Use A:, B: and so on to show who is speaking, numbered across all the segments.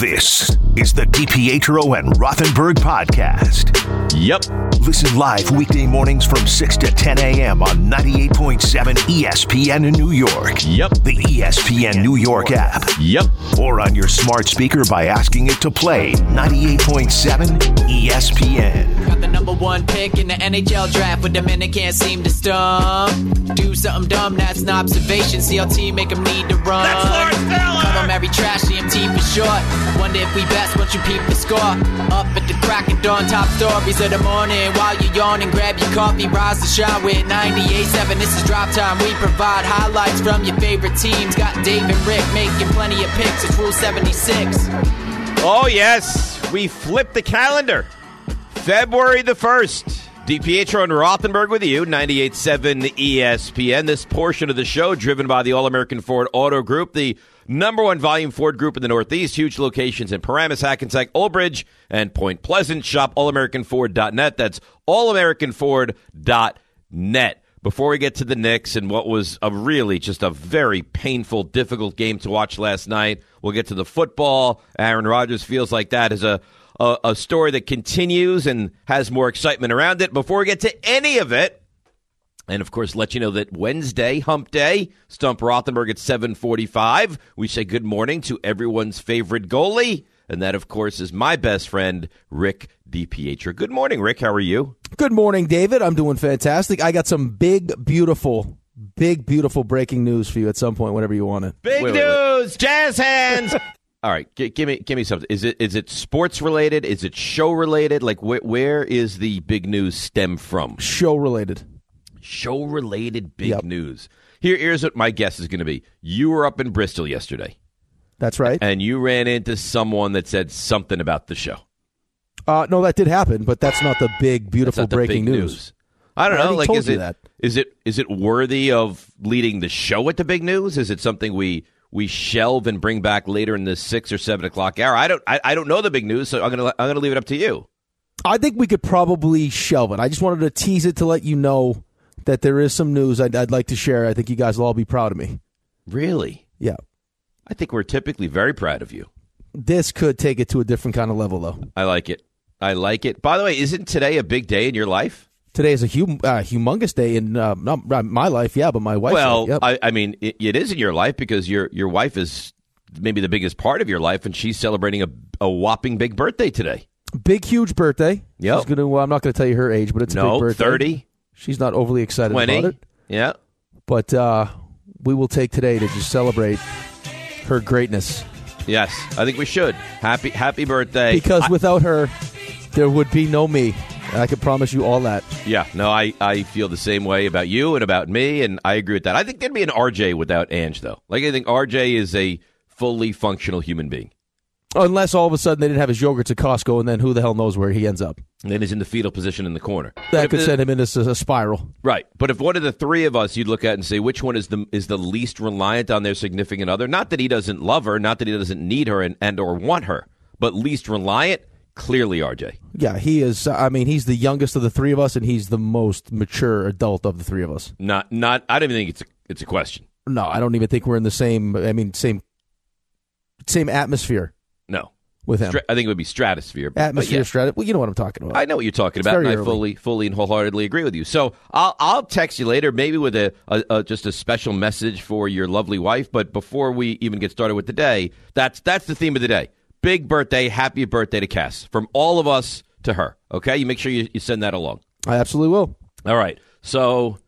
A: This is the DiPietro and Rothenberg podcast.
B: Yep.
A: Listen live weekday mornings from 6 to 10 a.m. on 98.7 ESPN in New York.
B: Yep.
A: The E ESPN New York app.
B: Yep.
A: Or on your smart speaker by asking it to play 98.7 ESPN.
C: Got the number one pick in the NHL draft, but the minute can't seem to stump. Do something dumb, that's an observation. CLT make 'em need to run. That's Lawrence Call 'em every trash EMT for short. Wonder if we best once you peep the score. Up at the crack of dawn, top stories of the morning. While you're yawning, grab your coffee, rise to shine with 98.7. This is drop time. We provide highlights from your favorite teams. Got Dave and Rick making plenty of picks. It's Rule 76.
B: Oh, yes. We flipped the calendar. February the 1st. DiPietro and Rothenberg with you, 98.7 ESPN. This portion of the show driven by the All American Ford Auto Group, the number one volume Ford group in the Northeast. Huge locations in Paramus, Hackensack, Old Bridge, and Point Pleasant. Shop allamericanford.net. That's allamericanford.net. Before we get to the Knicks and what was a really just a very painful, difficult game to watch last night, we'll get to the football. Aaron Rodgers feels like that is a, a, a story that continues and has more excitement around it. Before we get to any of it, and of course, let you know that Wednesday, Hump Day, Stump Rothenberg at 7:45. We say good morning to everyone's favorite goalie, and that, of course, is my best friend Rick DiPietro. Good morning, Rick. How are you?
D: Good morning, David. I'm doing fantastic. I got some big, beautiful, big, beautiful breaking news for you at some point, whenever you want it.
B: Big
D: Wait, wait, wait.
B: news, jazz hands. All right, g- give me give me something. Is it is it sports related? Is it show related? Like wh- where is the big news stem from?
D: Show related.
B: Show related big
D: Yep.
B: news. Here, here's what my guess is going to be. You were up in Bristol yesterday.
D: That's right.
B: and you ran into someone that said something about the show.
D: Uh, no, that did happen, but that's not the big,
B: That's
D: beautiful
B: not the
D: breaking
B: big
D: news.
B: I don't
D: I
B: know.
D: already
B: Like,
D: told
B: is
D: you
B: it
D: that.
B: is it is it worthy of leading the show at the big news? Is it something we we shelve and bring back later in the six or seven o'clock hour? I don't I, I don't know the big news, so I'm gonna I'm gonna leave it up to you.
D: I think we could probably shelve it. I just wanted to tease it to let you know that there is some news I'd, I'd like to share. I think you guys will all be proud of me.
B: Really,
D: Yeah.
B: I think we're typically very proud of you.
D: This could take it to a different kind of level, though.
B: I like it. I like it. By the way, isn't today a big day in your life?
D: Today is a hum- uh, humongous day in uh, not, not my life, yeah, but my wife's
B: well,
D: life. Yep.
B: I, I mean, it, it is in your life because your your wife is maybe the biggest part of your life, and she's celebrating a, a whopping big birthday today.
D: big, huge birthday.
B: Yep.
D: She's gonna, well, I'm not going to tell you her age, but it's a big
B: no,
D: birthday.
B: 30,
D: She's not overly excited about
B: 20.
D: it,
B: Yeah.
D: but uh, we will take today to just celebrate her greatness.
B: Yes, I think we should. Happy happy birthday.
D: Because
B: I-
D: without her, there would be no me. And I can promise you all that.
B: yeah, no, I, I feel the same way about you and about me, and I agree with that. I think there'd be an RJ without Ange, though. Like, I think RJ is a fully functional human being.
D: Unless all of a sudden they didn't have his yogurts at Costco, and then who the hell knows where he ends up?
B: And then is in the fetal position in the corner. But
D: That
B: if
D: could
B: the-
D: send him into s- a spiral.
B: Right, but if one of the three of us, you'd look at and say which one is the is the least reliant on their significant other. Not that he doesn't love her, not that he doesn't need her and, and or want her, but least reliant, clearly RJ.
D: Yeah, he is. I mean, he's the youngest of the three of us, and he's the most mature adult of the three of us.
B: Not not. I don't even think it's a, it's a question.
D: No, I don't even think we're in the same. I mean, same, same atmosphere
B: No,
D: with him.
B: Stra- I think it would be stratosphere. but- but
D: atmosphere
B: yeah.
D: strategy. Well, you know what I'm talking about.
B: I know what you're talking about,
D: very
B: and I
D: early.
B: fully, fully, and wholeheartedly agree with you. So I'll, I'll text you later, maybe with a, a, a just a special message for your lovely wife. But before we even get started with the day, that's that's the theme of the day. Big birthday, happy birthday to Cass from all of us to her. Okay, you make sure you, you send that along.
D: I absolutely will.
B: All right, so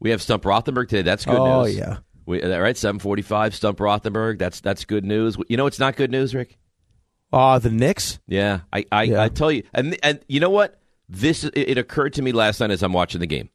B: we have Stump Rothenberg today. That's good
D: Oh,
B: news.
D: yeah.
B: We, all right, seven forty-five. Stump Rothenberg. That's that's good news. You know, it's not good news, Rick.
D: Ah, the Knicks.
B: Yeah, I, I,
D: Yeah.
B: I tell you, and and you know what? This it, it occurred to me last night as I'm watching the game.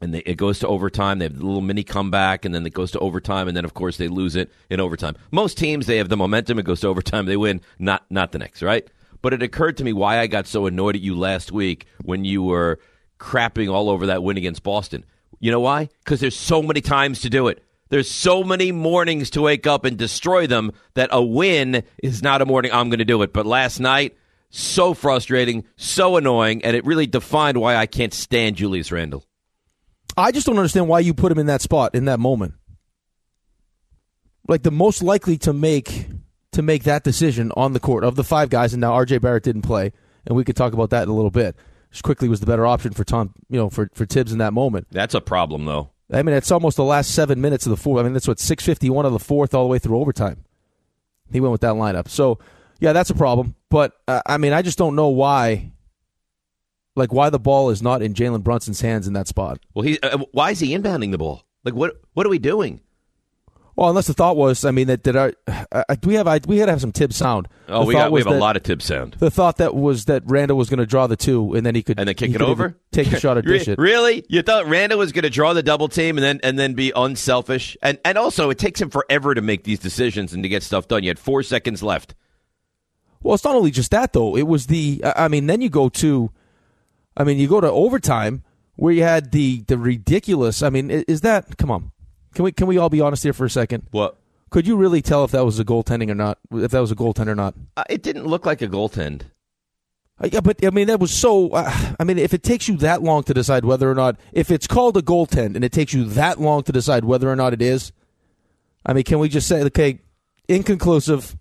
B: and they, it goes to overtime. They have a little mini comeback, and then it goes to overtime, and then of course they lose it in overtime. Most teams they have the momentum. It goes to overtime. They win. Not not the Knicks, right? But it occurred to me why I got so annoyed at you last week when you were crapping all over that win against Boston. You know why? Because there's so many times to do it. There's so many mornings to wake up and destroy them that a win is not a morning I'm going to do it. But last night, so frustrating, so annoying, and it really defined why I can't stand Julius Randle.
D: I just don't understand why you put him in that spot in that moment. Like the most likely to make to make that decision on the court of the five guys, and now R.J. Barrett didn't play, and we could talk about that in a little bit. Just quickly was the better option for Tom, you know, for for Tibbs in that moment.
B: That's a problem, though.
D: I mean, it's almost the last seven minutes of the fourth. I mean, that's what six fifty one of the fourth all the way through overtime. He went with that lineup, so yeah, that's a problem. But uh, I mean, I just don't know why, like why the ball is not in Jalen Brunson's hands in that spot.
B: Well, he uh, why is he inbounding the ball? Like what what are we doing?
D: Well, unless the thought was, I mean, that that our uh, we have I, we had to have some tib sound.
B: Oh,
D: The
B: we
D: thought
B: got, we
D: was
B: have a
D: that-
B: lot of tip sound.
D: The thought that was that Randall was going to draw the two, and then he could
B: And then kick
D: he
B: it
D: could
B: over.
D: either take a shot or
B: Re-
D: dish it.
B: Really? You thought Randall was going to draw the double team and then and then be unselfish? And and also it takes him forever to make these decisions and to get stuff done. You had 4 seconds left.
D: Well, it's not only just that though. It was the I I mean, then you go to, I mean, you go to overtime where you had the the ridiculous. I mean, i- is that come on? Can we can we all be honest here for a second?
B: What?
D: Could you really tell if that was a goaltending or not? If that was a goaltender or not?
B: Uh, it didn't look like a goaltend.
D: Uh, Yeah, but I mean that was so. Uh, I mean, if it takes you that long to decide whether or not, if it's called a goaltend, and it takes you that long to decide whether or not it is, I mean, can we just say okay, inconclusive?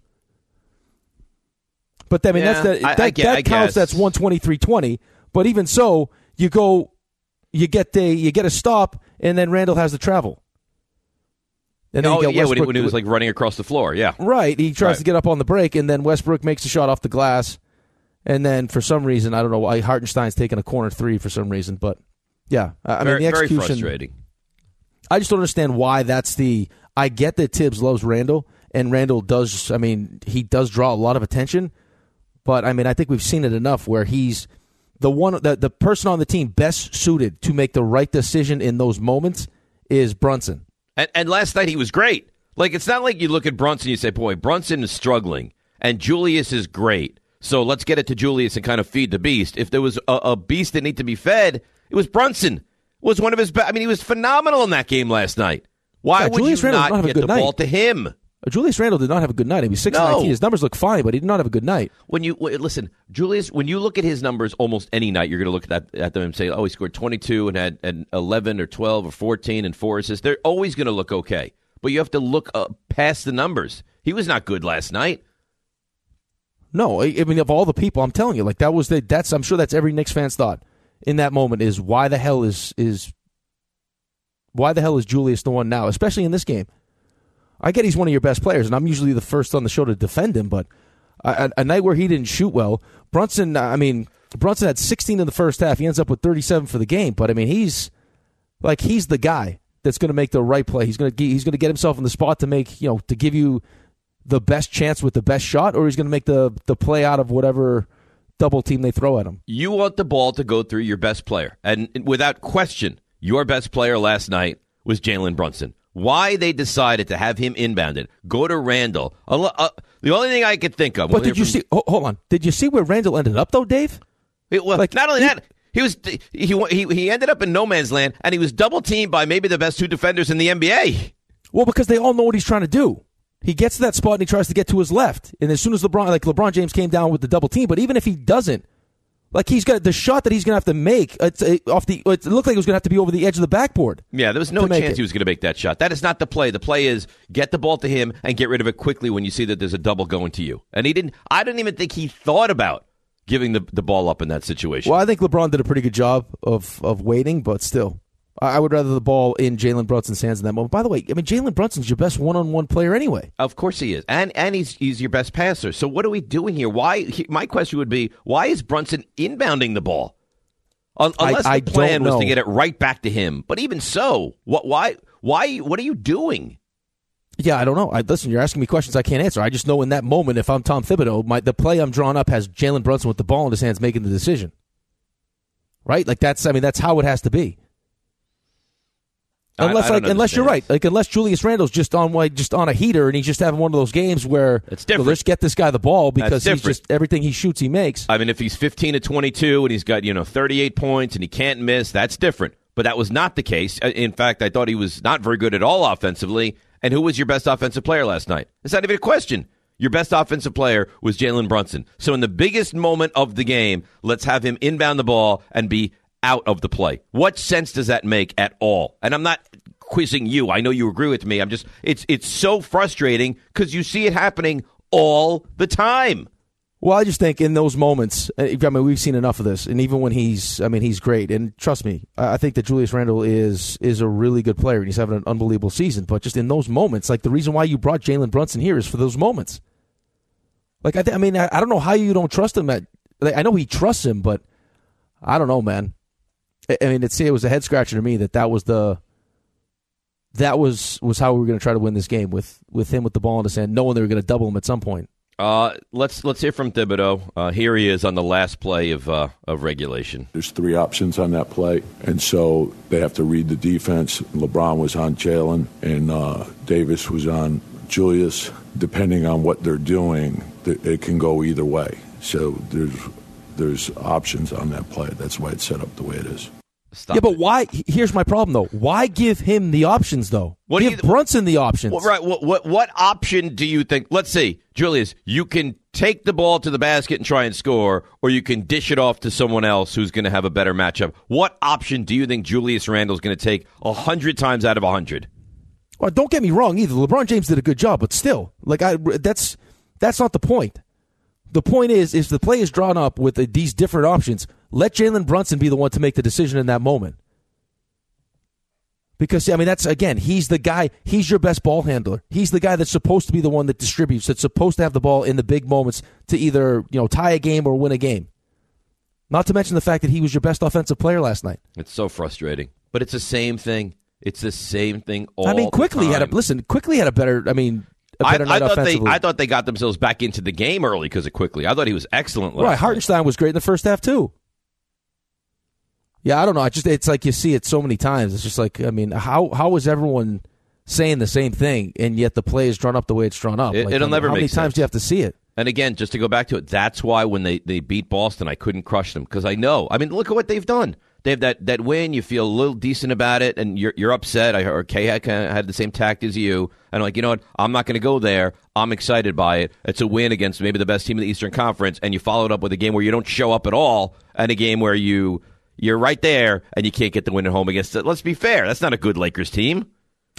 D: But I mean,
B: Yeah,
D: that's the,
B: I- I
D: that,
B: gue-
D: that
B: I
D: counts.
B: guess.
D: That's one twenty three twenty. But even so, you go, you get the you get a stop, and then Randall has the travel. And
B: oh, yeah,
D: you got
B: when he,
D: Westbrook-
B: when he was like running across the floor. Yeah.
D: Right. He tries
B: Right.
D: to get up on the break, and then Westbrook makes the shot off the glass. And then for some reason, I don't know why Hartenstein's taking a corner three for some reason, but yeah, I I
B: very,
D: mean the
B: very
D: execution.
B: frustrating.
D: I just don't understand why that's the. I get that Tibbs loves Randall, and Randall does. I mean, he does draw a lot of attention, but I mean, I think we've seen it enough where he's the one, the, the person on the team best suited to make the right decision in those moments is Brunson.
B: And, and last night he was great. Like it's not like you look at Brunson and you say, "Boy, Brunson is struggling," and Julius is great. So let's get it to Julius and kind of feed the beast. If there was a, a beast that needed to be fed, it was Brunson. It was one of his. Be- I mean, he was phenomenal in that game last night. Why
D: Yeah,
B: would
D: Julius
B: you
D: Randle
B: not,
D: did not have a
B: get
D: good
B: the
D: night. Uh,
B: ball to him?
D: Julius Randall did not have a good night. He was six
B: No.
D: nineteen. His numbers look fine, but he did not have a good night.
B: When you w listen, Julius, when you look at his numbers almost any night, you're going to look at that at them and say, "Oh, he scored 22 and had an 11 or 12 or 14 and four assists." They're always going to look okay, but you have to look uh, past the numbers. He was not good last night.
D: No, I, I mean of all the people, I'm telling you, like that was the that's I'm sure that's every Knicks fan's thought in that moment is why the hell is is why the hell is Julius the one now, especially in this game. I get he's one of your best players, and I'm usually the first on the show to defend him, but a, a a night where he didn't shoot well, Brunson. I mean, Brunson had 16 in the first half. He ends up with 37 for the game, but I mean, he's like he's the guy that's going to make the right play. He's going to he's going to get himself in the spot to make you know to give you the best chance with the best shot, or he's going to make the the play out of whatever double team they throw at him.
B: You want the ball to go through your best player. And without question, your best player last night was Jalen Brunson. Why they decided to have him inbounded, go to Randall. A lo- uh, the only thing I could think of.
D: But did you see? ho- Hold on, did you see where Randall ended up though, Dave?
B: It, well,
D: Like,
B: not only
D: he-
B: that, he was he, wa- he he ended up in no man's land, and he was double teamed by maybe the best two defenders in the NBA.
D: Well, because they all know what he's trying to do. He gets to that spot and he tries to get to his left. And as soon as LeBron, like LeBron James came down with the double team, but even if he doesn't, like he's got the shot that he's going to have to make it's, uh, off the. It looked like it was going to have to be over the edge of the backboard.
B: Yeah, there was no
D: To make
B: chance
D: it.
B: he was going to make that shot. That is not the play. The play is get the ball to him and get rid of it quickly when you see that there's a double going to you. And he didn't. I didn't even think he thought about giving the the ball up in that situation.
D: Well, I think LeBron did a pretty good job of of waiting, but still, I, I would rather the ball in Jalen Brunson's hands in that moment. By the way, I mean Jalen Brunson's your best one on one player anyway.
B: Of course he is, and and he's he's your best passer. So what are we doing here? Why? He, my question would be, why is Brunson inbounding the ball? Un-
D: I-
B: unless
D: I
B: the
D: don't
B: plan was to
D: know.
B: get it right back to him. But even so, what? Why? Why? What are you doing?
D: Yeah, I don't know. I listen. You're asking me questions I can't answer. I just know in that moment, if I'm Tom Thibodeau, my the play I'm drawing up has Jalen Brunson with the ball in his hands making the decision. Right, like that's. I mean, that's how it has to be.
B: I-
D: Unless
B: I don't
D: like unless you're right,
B: understand.
D: like unless Julius Randle's just on like just on a heater and he's just having one of those games where
B: It's different.
D: you know, let's get this guy the ball because he's
B: different.
D: just everything he shoots he makes.
B: I mean, if he's 15 to 22 and he's got, you know, 38 points and he can't miss, that's different. But that was not the case. Uh, In fact, I thought he was not very good at all offensively. And who was your best offensive player last night? It's not even a question. Your best offensive player was Jalen Brunson. So, in the biggest moment of the game, let's have him inbound the ball and be out of the play. What sense does that make at all? And I'm not quizzing you. I know you agree with me. I'm just, it's, it's so frustrating because you see it happening all the time.
D: Well, I just think in those moments, uh, I mean, we've seen enough of this, and even when he's, I mean, he's great, and trust me, I I think that Julius Randle is is a really good player, and he's having an unbelievable season. But just in those moments, like the reason why you brought Jalen Brunson here is for those moments. Like I, th- I mean, I, I don't know how you don't trust him. At, like, I know he trusts him, but I don't know, man. I, I mean, it's it was a head scratcher to me that that was the that was was how we were going to try to win this game with with him with the ball in his hand, knowing they were going to double him at some point.
B: Uh, let's let's hear from Thibodeau. Uh, here he is on the last play of uh, of regulation.
E: There's three options on that play, and so they have to read the defense. LeBron was on Jalen, and uh, Davis was on Julius. Depending on what they're doing, th- it can go either way. So there's there's options on that play. That's why it's set up the way it is.
B: Stop
D: yeah, but
B: it.
D: why? he- Here's my problem though. Why give him the options though?
B: What do
D: give
B: you-
D: Brunson the options?
B: Well, right? What, what what option do you think? Let's see, Julius. You can take the ball to the basket and try and score, or you can dish it off to someone else who's going to have a better matchup. What option do you think Julius Randle's going to take a hundred times out of a hundred?
D: Well, don't get me wrong either. LeBron James did a good job, but still, like I, that's that's not the point. The point is, if the play is drawn up with uh, these different options, let Jalen Brunson be the one to make the decision in that moment. Because I mean, that's again, he's the guy. He's your best ball handler. He's the guy that's supposed to be the one that distributes. That's supposed to have the ball in the big moments to either you know tie a game or win a game. Not to mention the fact that he was your best offensive player last night.
B: It's so frustrating, but it's the same thing. It's the same thing all.
D: I mean,
B: the
D: quickly had a
B: time.
D: listen. Quickly had a better. I mean, a
B: I,
D: better
B: I
D: night
B: thought they
D: offensively.
B: I thought they got themselves back into the game early because of quickly. I thought he was excellent. Last
D: right,
B: night.
D: Hartenstein was great in the first half too. Yeah, I don't know. I just it's like you see it so many times. It's just like I mean, how how is everyone saying the same thing and yet the play is drawn up the way it's drawn up?
B: It-
D: Like,
B: it'll
D: I mean,
B: never
D: How many
B: make
D: times
B: sense.
D: do you have to see it?
B: And again, just to go back to it, that's why when they, they beat Boston, I couldn't crush them because I know. I mean, look at what they've done. They have that, that win. You feel a little decent about it, and you're, you're upset. I heard K kinda had the same tact as you. And I'm like, you know what? I'm not going to go there. I'm excited by it. It's a win against maybe the best team in the Eastern Conference, and you follow it up with a game where you don't show up at all, and a game where you you're right there and you can't get the win at home against it. Let's be fair. That's not a good Lakers team.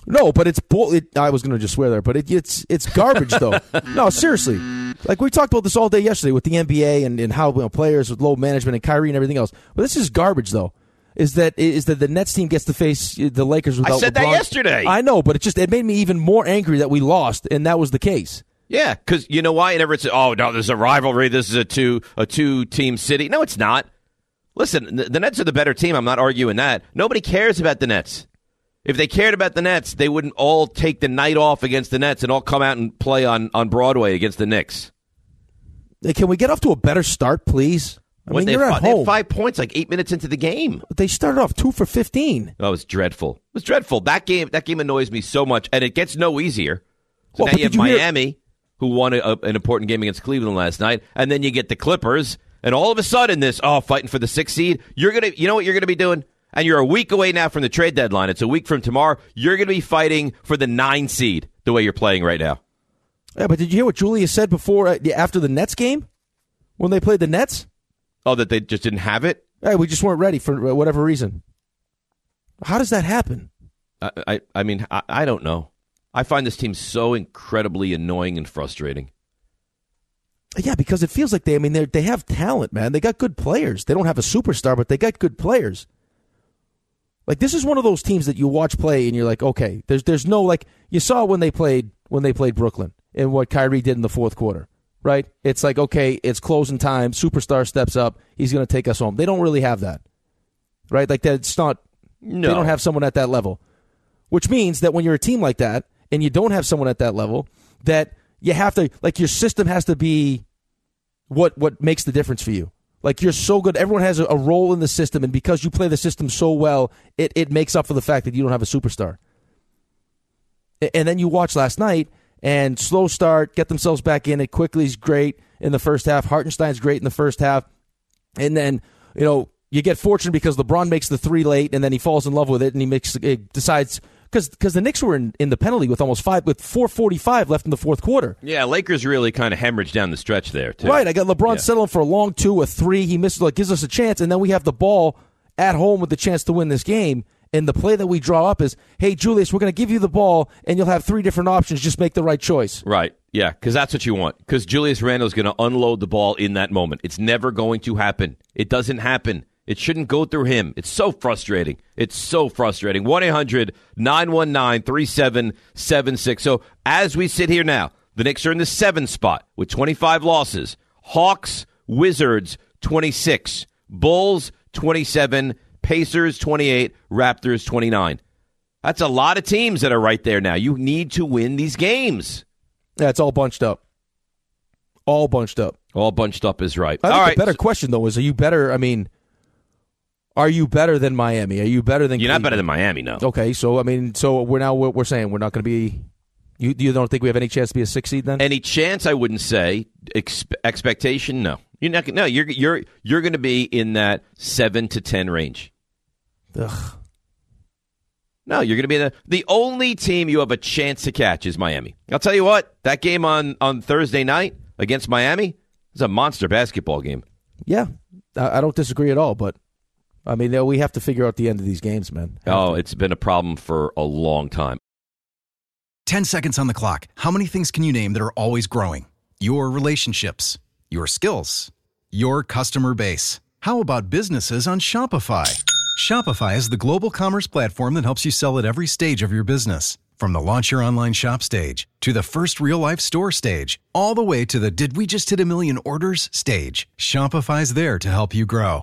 D: No, but it's bull. It, I was going to just swear there, but it, it's it's garbage though. no, seriously. Like we talked about this all day yesterday with the NBA and, and how you know, players with low management and Kyrie and everything else. But this is garbage though. Is that is that the Nets team gets to face the Lakers without?
B: said that
D: LeBron.
B: yesterday.
D: I know, but it just it made me even more angry that we lost, and that was the case.
B: Yeah, because you know why? And everyone says, "Oh no, there's a rivalry. This is a two a two team city." No, it's not. Listen, the, the Nets are the better team. I'm not arguing that. Nobody cares about the Nets. If they cared about the Nets, they wouldn't all take the night off against the Nets and all come out and play on, on Broadway against the Knicks.
D: Like, Can we get off to a better start, please? I
B: What,
D: mean,
B: they,
D: you're
B: had fi-
D: at
B: they had
D: home.
B: five points like eight minutes into the game.
D: But they started off two for fifteen.
B: That was dreadful. Oh, It was dreadful. That game that game annoys me so much, and it gets no easier. So
D: Well,
B: now
D: but
B: you have
D: did you hear-
B: Miami, who won a, a- an important game against Cleveland last night, and then you get the Clippers, and all of a sudden this oh fighting for the sixth seed. You're gonna you know what you're gonna be doing, and you're a week away now from the trade deadline. It's a week from tomorrow. You're gonna be fighting for the nine seed the way you're playing right now.
D: Yeah, but did you hear what Julius said before uh, after the Nets game when they played the Nets?
B: Oh, that they just didn't have it.
D: Hey, we just weren't ready for uh, whatever reason. How does that happen?
B: I I, I mean I, I don't know. I find this team so incredibly annoying and frustrating.
D: Yeah, because it feels like they. I mean, they they have talent, man. They got good players. They don't have a superstar, but they got good players. Like this is one of those teams that you watch play and you're like, okay, there's there's no like you saw when they played when they played Brooklyn and what Kyrie did in the fourth quarter, right? It's like okay, it's closing time. Superstar steps up. He's going to take us home. They don't really have that, right? Like that's not.
B: No.
D: They don't have someone at that level, which means that when you're a team like that and you don't have someone at that level, that you have to like your system has to be what what makes the difference for you. Like you're so good. Everyone has a, a role in the system, and because you play the system so well, it, it makes up for the fact that you don't have a superstar. A- And then you watch last night and slow start, get themselves back in it quickly is great in the first half. Hartenstein's great in the first half. And then, you know, you get fortunate because LeBron makes the three late and then he falls in love with it and he makes it decides because the Knicks were in, in the penalty with almost five with 445 left in the fourth quarter.
B: Yeah, Lakers really kind of hemorrhaged down the stretch there, too.
D: Right. I got LeBron
B: Yeah.
D: settling for a long two, a three. He misses, like, gives us a chance, and then we have the ball at home with the chance to win this game. And the play that we draw up is, hey, Julius, we're going to give you the ball, and you'll have three different options. Just make the right choice.
B: Right. Yeah, because that's what you want. Because Julius Randle is going to unload the ball in that moment. It's never going to happen. It doesn't happen. It shouldn't go through him. It's so frustrating. It's so frustrating. 1 800 919 3776. So as we sit here now, the Knicks are in the seventh spot with 25 losses. Hawks, Wizards, 26. Bulls, 27. Pacers, 28. Raptors, 29. That's a lot of teams that are right there now. You need to win these games.
D: Yeah, it's all bunched up. All bunched up.
B: All bunched up is right.
D: I think
B: All
D: the
B: right.
D: better question, though, is are you better? I mean, are you better than Miami? Are you better than
B: You're not
D: Cleveland?
B: better than Miami, no.
D: Okay, so I mean, so we're now we're, we're saying we're not going to be. You, you don't think we have any chance to be a six seed then?
B: Any chance I wouldn't say Ex- expectation? No. You're not no, you're you're you're going to be in that 7 to 10 range.
D: Ugh.
B: No, you're going to be the the only team you have a chance to catch is Miami. I'll tell you what. That game on on Thursday night against Miami is a monster basketball game.
D: Yeah, I, I don't disagree at all. But I mean, we have to figure out the end of these games, man.
B: Oh, it's been a problem for a long time.
F: 10 seconds on the clock. How many things can you name that are always growing? Your relationships, your skills, your customer base. How about businesses on Shopify? Shopify is the global commerce platform that helps you sell at every stage of your business. From the launch your online shop stage to the first real life store stage, all the way to the did we just hit a million orders stage. Shopify's there to help you grow.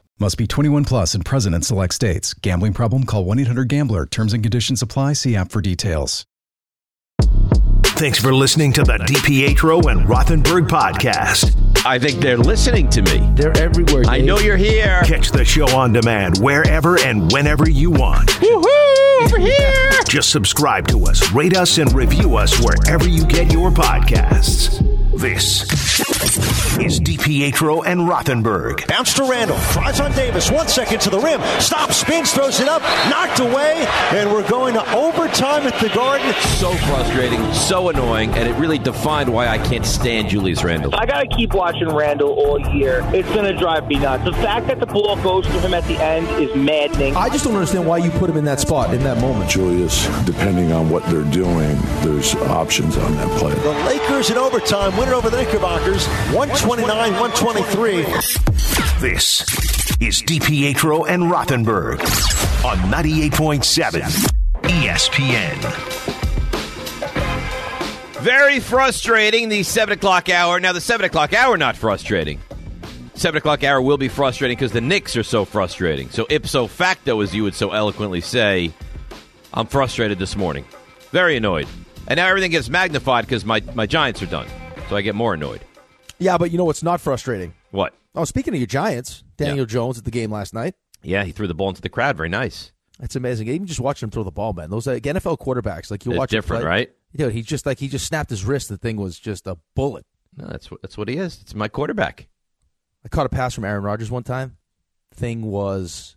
F: Must be 21 plus and present in select states. Gambling problem? Call 1 800 Gambler. Terms and conditions apply. See app for details.
A: Thanks for listening to the DiPietro and Rothenberg podcast.
B: I think they're listening to me.
D: They're everywhere.
B: I
D: Dave.
B: know you're here.
A: Catch the show on demand wherever and whenever you want.
B: Woohoo! Over here.
A: Just subscribe to us, rate us, and review us wherever you get your podcasts. This is DiPietro and Rothenberg.
G: Bounce to Randall. Drives on Davis. One second to the rim. Stops, spins, throws it up. Knocked away. And we're going to overtime at the Garden.
B: so frustrating, so annoying, and it really defined why I can't stand Julius Randle.
H: I gotta keep watching Randall all year. It's gonna drive me nuts. The fact that the ball goes to him at the end is maddening.
D: I just don't understand why you put him in that spot in that moment.
E: Julius, depending on what they're doing, there's options on that play.
G: The Lakers in overtime. Win it over the Knickerbockers. 129 123.
A: This is DiPietro and Rothenberg on 98.7 E ESPN.
B: Very frustrating, the 7 o'clock hour. Now, the 7 o'clock hour, not frustrating. 7 o'clock hour will be frustrating because the Knicks are so frustrating. So, ipso facto, as you would so eloquently say, I'm frustrated this morning. Very annoyed. And now everything gets magnified because my, my Giants are done. so I get more annoyed.
D: Yeah, but you know what's not frustrating?
B: What?
D: Oh, speaking of your Giants,
B: Yeah.
D: Daniel Jones at the game last night.
B: Yeah, he threw the ball into the crowd. Very nice.
D: That's amazing. Even just watching him throw the ball, man. Those like, NFL quarterbacks, like you
B: It's
D: watch him
B: different,
D: play-
B: right?
D: Dude, he just like he just snapped his wrist. The thing was just a bullet.
B: No, that's what that's what he is. It's my quarterback.
D: I caught a pass from Aaron Rodgers one time. Thing was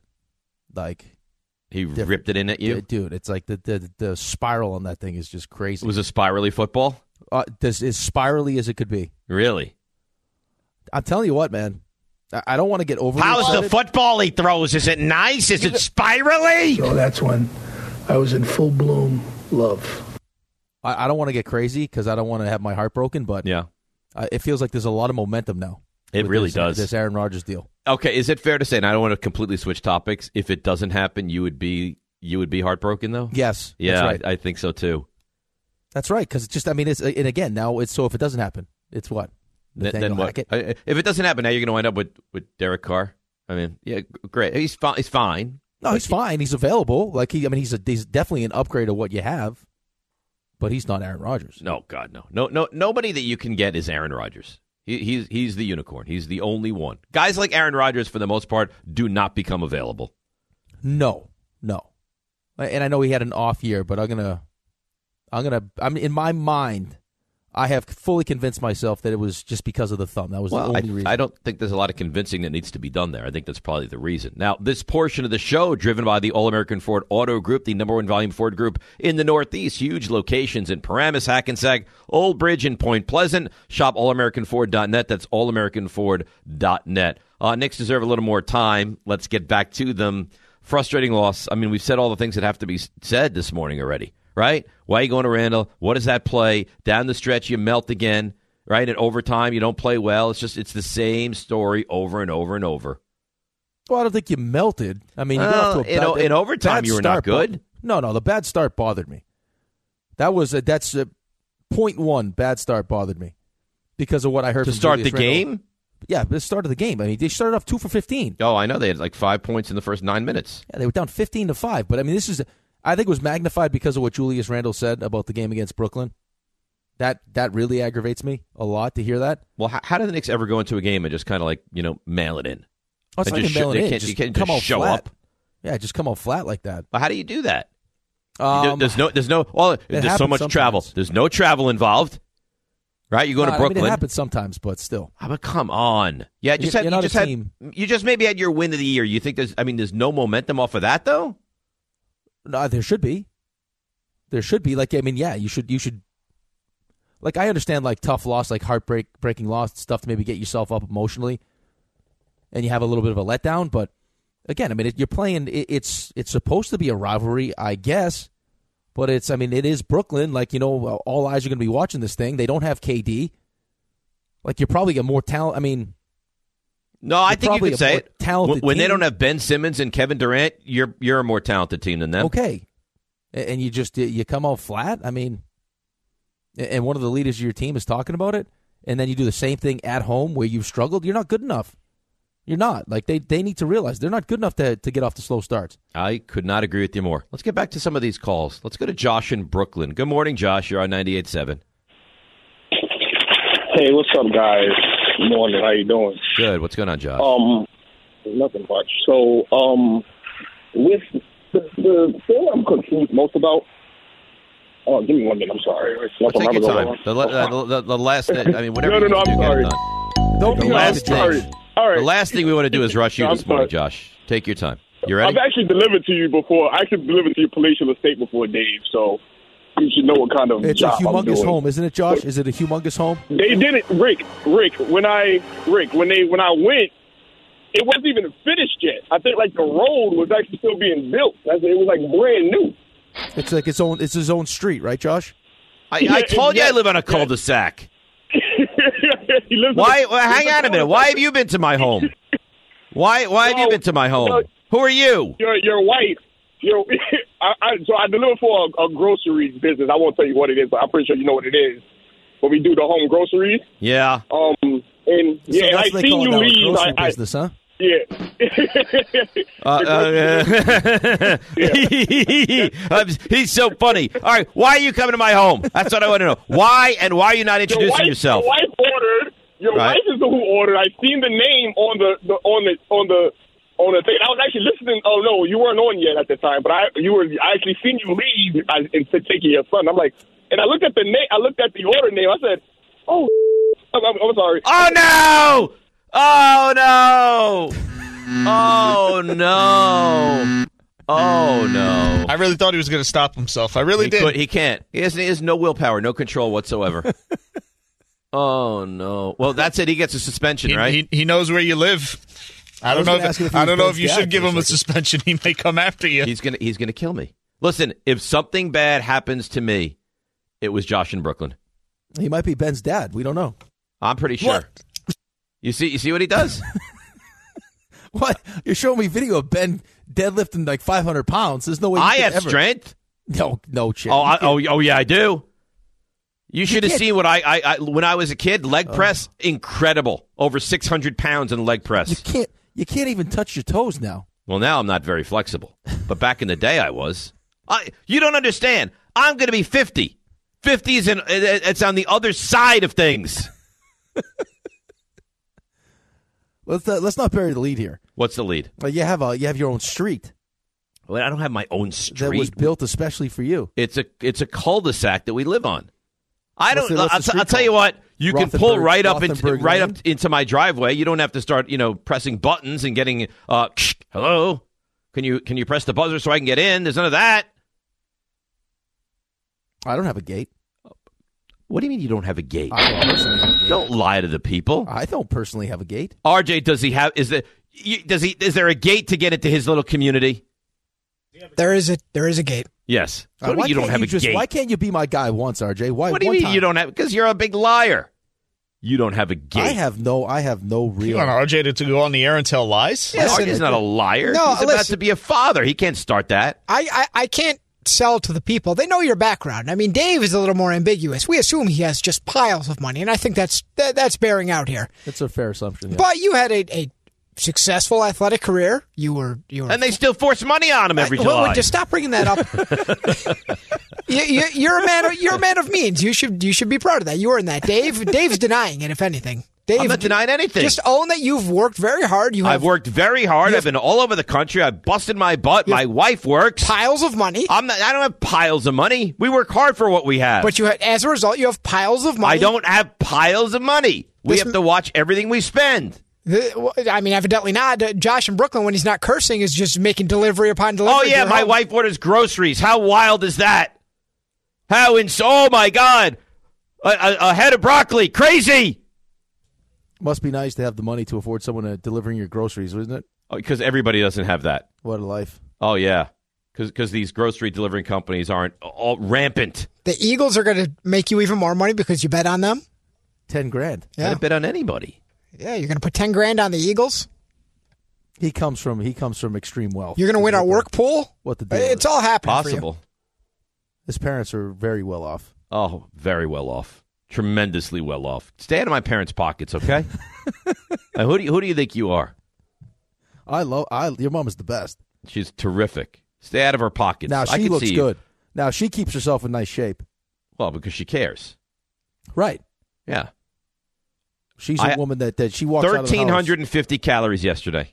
D: like,
B: He ripped it in at you.
D: d- dude. It's like the, the the spiral on that thing is just
B: It
D: crazy.
B: was a spirally football.
D: uh, this as spirally as it could be.
B: Really?
D: I'm telling you what, man. I, I don't want to get over.
I: How's the football he throws? Is it nice? Is it spirally?
J: So Oh, that's when I was in full bloom love.
D: I, I don't want to get crazy because I don't want to have my heart broken. But
B: Yeah.
D: uh, it feels like there's a lot of momentum now.
B: It
D: with
B: really
D: this- uh,
B: does.
D: This Aaron Rodgers deal.
B: Okay, is it fair to say and I don't want to completely switch topics, if it doesn't happen, you would be you would be heartbroken though?
D: Yes.
B: Yeah,
D: That's right.
B: I, I think so too.
D: That's right. Because it's just. I mean, it's and again now it's so if it doesn't happen, it's what
B: Th-
D: Nathaniel
B: then what?
D: Hackett?
B: I- I- If it doesn't happen, now you're going to end up with with Derek Carr. I mean, yeah, g- great. He's fine. He's fine.
D: No, he's fine. He's available. Like he, I mean, he's a, he's definitely an upgrade of what you have, but he's not Aaron Rodgers.
B: No, God, no, no, no. Nobody that you can get is Aaron Rodgers. He, he's he's the unicorn. He's the only one. Guys like Aaron Rodgers, for the most part, do not become available.
D: No, no. And I know he had an off year, but I'm gonna, I'm gonna. I mean, in my mind, I have fully convinced myself that it was just because of the thumb. That was the
B: I,
D: only reason.
B: I don't think there's a lot of convincing that needs to be done there. I think that's probably the reason. Now, this portion of the show, driven by the All American Ford Auto Group, the number one volume Ford group in the Northeast, huge locations in Paramus, Hackensack, Old Bridge, and Point Pleasant. Shop allamericanford.net. That's allamericanford.net. Uh, Knicks deserve a little more time. Let's get back to them. Frustrating loss. I mean, we've said all the things that have to be s- said this morning already, right? Why are you going to Randall? What does that play? Down the stretch, you melt again right? And over time, you don't play well. It's just it's the same story over and over and over.
D: well, I don't think you melted. I mean, you got
B: Well,
D: off to a
B: in
D: bad,
B: o- in overtime,
D: bad
B: you were not
D: start, but-
B: good.
D: no, no, the bad start bothered me. That was a, that's a, point one bad start bothered me because of what I heard
B: To
D: from
B: start the
D: Julius Randle.
B: game?
D: Yeah, the start of the game. I mean, they started off two for fifteen.
B: Oh, I know they had like five points in the first nine minutes.
D: Yeah, they were down 15 to 5. But I mean, this is, I think it was magnified because of what Julius Randle said about the game against Brooklyn. That that really aggravates me a lot to hear that.
B: Well, how, how do the Knicks ever go into a game and just kind of like you know mail it in?
D: Oh, it's
B: And just
D: not even
B: sho-
D: mailing
B: they
D: in.
B: can't-
D: Just
B: you can't
D: come
B: just
D: out
B: show
D: flat.
B: up.
D: Yeah, just come out flat like that.
B: But how do you do that? You don't-
D: Um,
B: there's no, there's no. Well, there's so
D: happens
B: much travel.
D: sometimes.
B: There's no travel involved, right? You go
D: I
B: to
D: mean,
B: Brooklyn.
D: it happens sometimes, but still.
B: Ah, but come on, yeah. Just
D: You're-
B: had,
D: you're
B: you
D: not
B: just
D: a
B: had,
D: team.
B: you just maybe had your win of the year. You think there's, I mean, there's no momentum off of that though.
D: No, there should be. There should be. Like, I mean, yeah, you should, you should. Like, I understand, like, tough loss, like, heartbreak, breaking loss, stuff to maybe get yourself up emotionally and you have a little bit of a letdown. But again, I mean, it, you're playing, it, it's, it's supposed to be a rivalry, I guess. But it's, I mean, it is Brooklyn. Like, you know, all eyes are going to be watching this thing. They don't have KD. Like, you're probably a more talent. I mean,
B: No, I think you
D: probably
B: could
D: a
B: say
D: more
B: it.
D: talented
B: when, when they
D: team.
B: don't have Ben Simmons and Kevin Durant, you're you're a more talented team than them.
D: okay A- and you just you come out flat i mean a- and one of the leaders of your team is talking about it and then you do the same thing at home where you've struggled you're not good enough you're not like they, they need to realize they're not good enough to, to get off the slow starts
B: I could not agree with you more. Let's get back to some of these calls. Let's go to Josh in Brooklyn. Good morning, Josh. You're on 98.7.
K: Hey, what's up, guys? Morning. How you doing?
B: Good. What's going on, Josh?
K: Um, nothing much. So, um, with the, the thing I'm confused most about. Oh, give me one minute. I'm sorry. It's
B: Well,
K: nothing
B: take your
K: I'm
B: time. The, la- uh, the, the, the last thing, I mean, whatever
K: No, no,
B: you
K: no,
B: need to
K: I'm
B: do, get it
K: sorry.
B: done.
D: don't
B: The
K: No, I'm
B: last,
K: sorry.
B: thing,
K: All right.
B: the last thing we want to do is rush you
K: No, I'm
B: this morning,
K: sorry.
B: Josh. Take your time. You
K: I've
B: ready?
K: actually delivered to you before. I actually delivered to your palatial estate before, Dave. So you should know what kind of
D: it's a
K: job I'm
D: humongous
K: doing.
D: home isn't it josh is it a humongous home
K: They did it, Rick. Rick, when I Rick, when they when I went, it wasn't even finished yet. I think like the road was actually still being built. That's, it was like brand new.
D: it's like its own it's his own street right josh
B: I, I told you I
K: yeah,
B: live on a
K: yeah.
B: cul-de-sac.
K: He lives in
B: Why?
K: a-
B: Well, hang on a minute. Why have you been to my home? Why? Why have you
K: No,
B: been to my
K: no.
B: home? Who are you?
K: Your your wife. Your, I, I, so I deliver for a, a grocery business. I won't tell you what it is, but I'm pretty sure you know what it is. When we do the home groceries,
B: Yeah.
K: um, and yeah,
D: so
K: and I
D: that's what they
K: seen
D: call it
K: you
D: now, a
K: leave.
D: grocery
K: I, I,
D: business huh
K: Yeah.
B: Uh, uh, I'm s- he's so funny. All right, why are you coming to my home? That's what I want to know. Why and why are you not introducing
K: wife-
B: yourself?
K: Your wife ordered. Your
B: Right.
K: wife is the who ordered. I seen the name on the, the on the on the on the thing. I was actually listening. Oh no, you weren't on yet at the time, but I you were. I actually seen you leave I- and t- taking your son. I'm like, and I looked at the name. I looked at the order name. I said, oh, I'm, I'm, I'm sorry.
B: Oh no! Oh no! Oh no! Oh no!
L: I really thought he was going to stop himself. I really
B: he
L: did.
B: could- he can't. He has, he has no willpower, no control whatsoever. oh no! Well, that's it. He gets a suspension,
L: He-
B: right?
L: he- knows where you live. I
B: I
L: don't
B: was
L: know.
B: gonna
L: If,
B: ask you if he
L: I
B: was
L: don't know
B: both
L: if you
B: gag
L: should give
B: for a
L: him a suspension. He may come after you.
B: He's gonna he's gonna kill me. Listen, if something bad happens to me, it was Josh in Brooklyn.
D: He might be Ben's dad. We don't know.
B: I'm pretty sure. You see you see what he does?
D: What? You're showing me video of Ben deadlifting like 500 pounds. There's no way. you
B: I
D: could
B: have
D: ever-
B: strength.
D: No, no chance.
B: Oh, I,
D: You can't-
B: oh, oh, yeah, I do. You Oh. should have
D: can't-
B: seen what I, I, I when I was a kid. Leg press, incredible. Over six hundred pounds in leg press.
D: You can't. You can't even touch your toes now.
B: Well, now I'm not very flexible, but back in the day I was. I, you don't understand. I'm going to be 50. 50 is in, it- it's on the other side of things.
D: Let's not, let's not bury the lead here.
B: What's the lead?
D: Like you have a you have your own street
B: Well, I don't have my own
D: that
B: street.
D: was built especially for you.
B: it's a it's a cul-de-sac that we live on. I
D: What's
B: don't.
D: the- what's the
B: I'll, t-
D: street
B: I'll tell you
D: called?
B: what. You can
D: Rothenberg-
B: pull right up into
D: Rothenberg
B: right
D: Lane?
B: up into my driveway. You don't have to start, you know, pressing buttons and getting. Uh, hello, can you can you press the buzzer so I can get in? There's none of that.
D: I don't have a gate.
B: What do you mean you don't have a gate?
D: I don't personally have a gate.
B: Don't lie to the people.
D: I don't personally have a gate.
B: RJ, does he have? Is there? you- Does he? Is there a gate to get into his little community?
M: There is a there is a gate.
B: Yes. What
D: Uh,
B: do you
D: why
B: mean you don't
D: can't
B: have a
D: just-
B: gate?
D: Why can't you be my guy once, RJ? Why?
B: what do you
D: one
B: mean
D: time?
B: you don't have? Because you're a big liar. You don't have a gate.
D: I have no. I have no
L: You
D: real.
L: want RJ to, to go on the air and tell lies?
B: Yeah, RJ's not a liar.
M: No,
B: He's about
M: listen.
B: to be a father. He can't start that.
M: I, I I can't sell to the people. They know your background. I mean, Dave is a little more ambiguous. We assume he has just piles of money, and I think that's that, that's bearing out here.
D: That's a fair assumption. yeah.
M: But you had a, a successful athletic career. You were you were.
B: And they still force money on him every
M: Well,
B: July.
M: just stop bringing that up. you, you, you're a man. Of, you're a man of means. You should you should be proud of that. You earned that. Dave Dave's denying it. If anything, Dave
B: I'm not denying anything.
M: Just own that you've worked very hard. You have
B: I've worked very hard. I've been all over the country. I've busted my butt. My wife works.
M: Piles of money.
B: I'm not, I don't have piles of money. We work hard for what we have.
M: But you, ha- as a result, you have piles of money.
B: I don't have piles of money. We
M: This
B: have to watch everything we spend.
M: The- well, I mean, evidently not. Uh, Josh in Brooklyn, when he's not cursing, is just making delivery upon delivery.
B: Oh
M: to
B: yeah,
M: your
B: my
M: home.
B: wife orders groceries. How wild is that? How ins? Oh my god, a, a, a head of broccoli, crazy.
D: Must be nice to have the money to afford someone uh, delivering your groceries, isn't it?
B: Because Oh, everybody doesn't have that.
D: What a life.
B: Oh yeah, because these grocery delivering companies aren't all rampant.
M: The Eagles are going to make you even more money because you bet on them.
D: Ten grand.
B: I
M: Yeah,
B: didn't bet on anybody.
M: yeah. You're going to put ten grand on the Eagles.
D: He comes from. He comes from extreme
B: Oh,
D: wealth.
M: You're going to win our work pool.
D: What the deal?
M: It's
D: is.
M: all happening. for you.
B: Possible.
D: His parents are very well off.
B: Oh, very well off. Tremendously well off. Stay out of my parents' pockets, okay? and who do you, who do you think you are?
D: I love. I your mom is the best.
B: She's terrific. Stay out of her pockets.
D: Now
B: I
D: she
B: can
D: looks
B: see you.
D: good. Now she keeps herself in nice shape.
B: Well, because she cares.
D: Right.
B: Yeah.
D: She's
B: I-
D: a woman that, that she walks out of the house-
B: Thirteen hundred and fifty calories yesterday.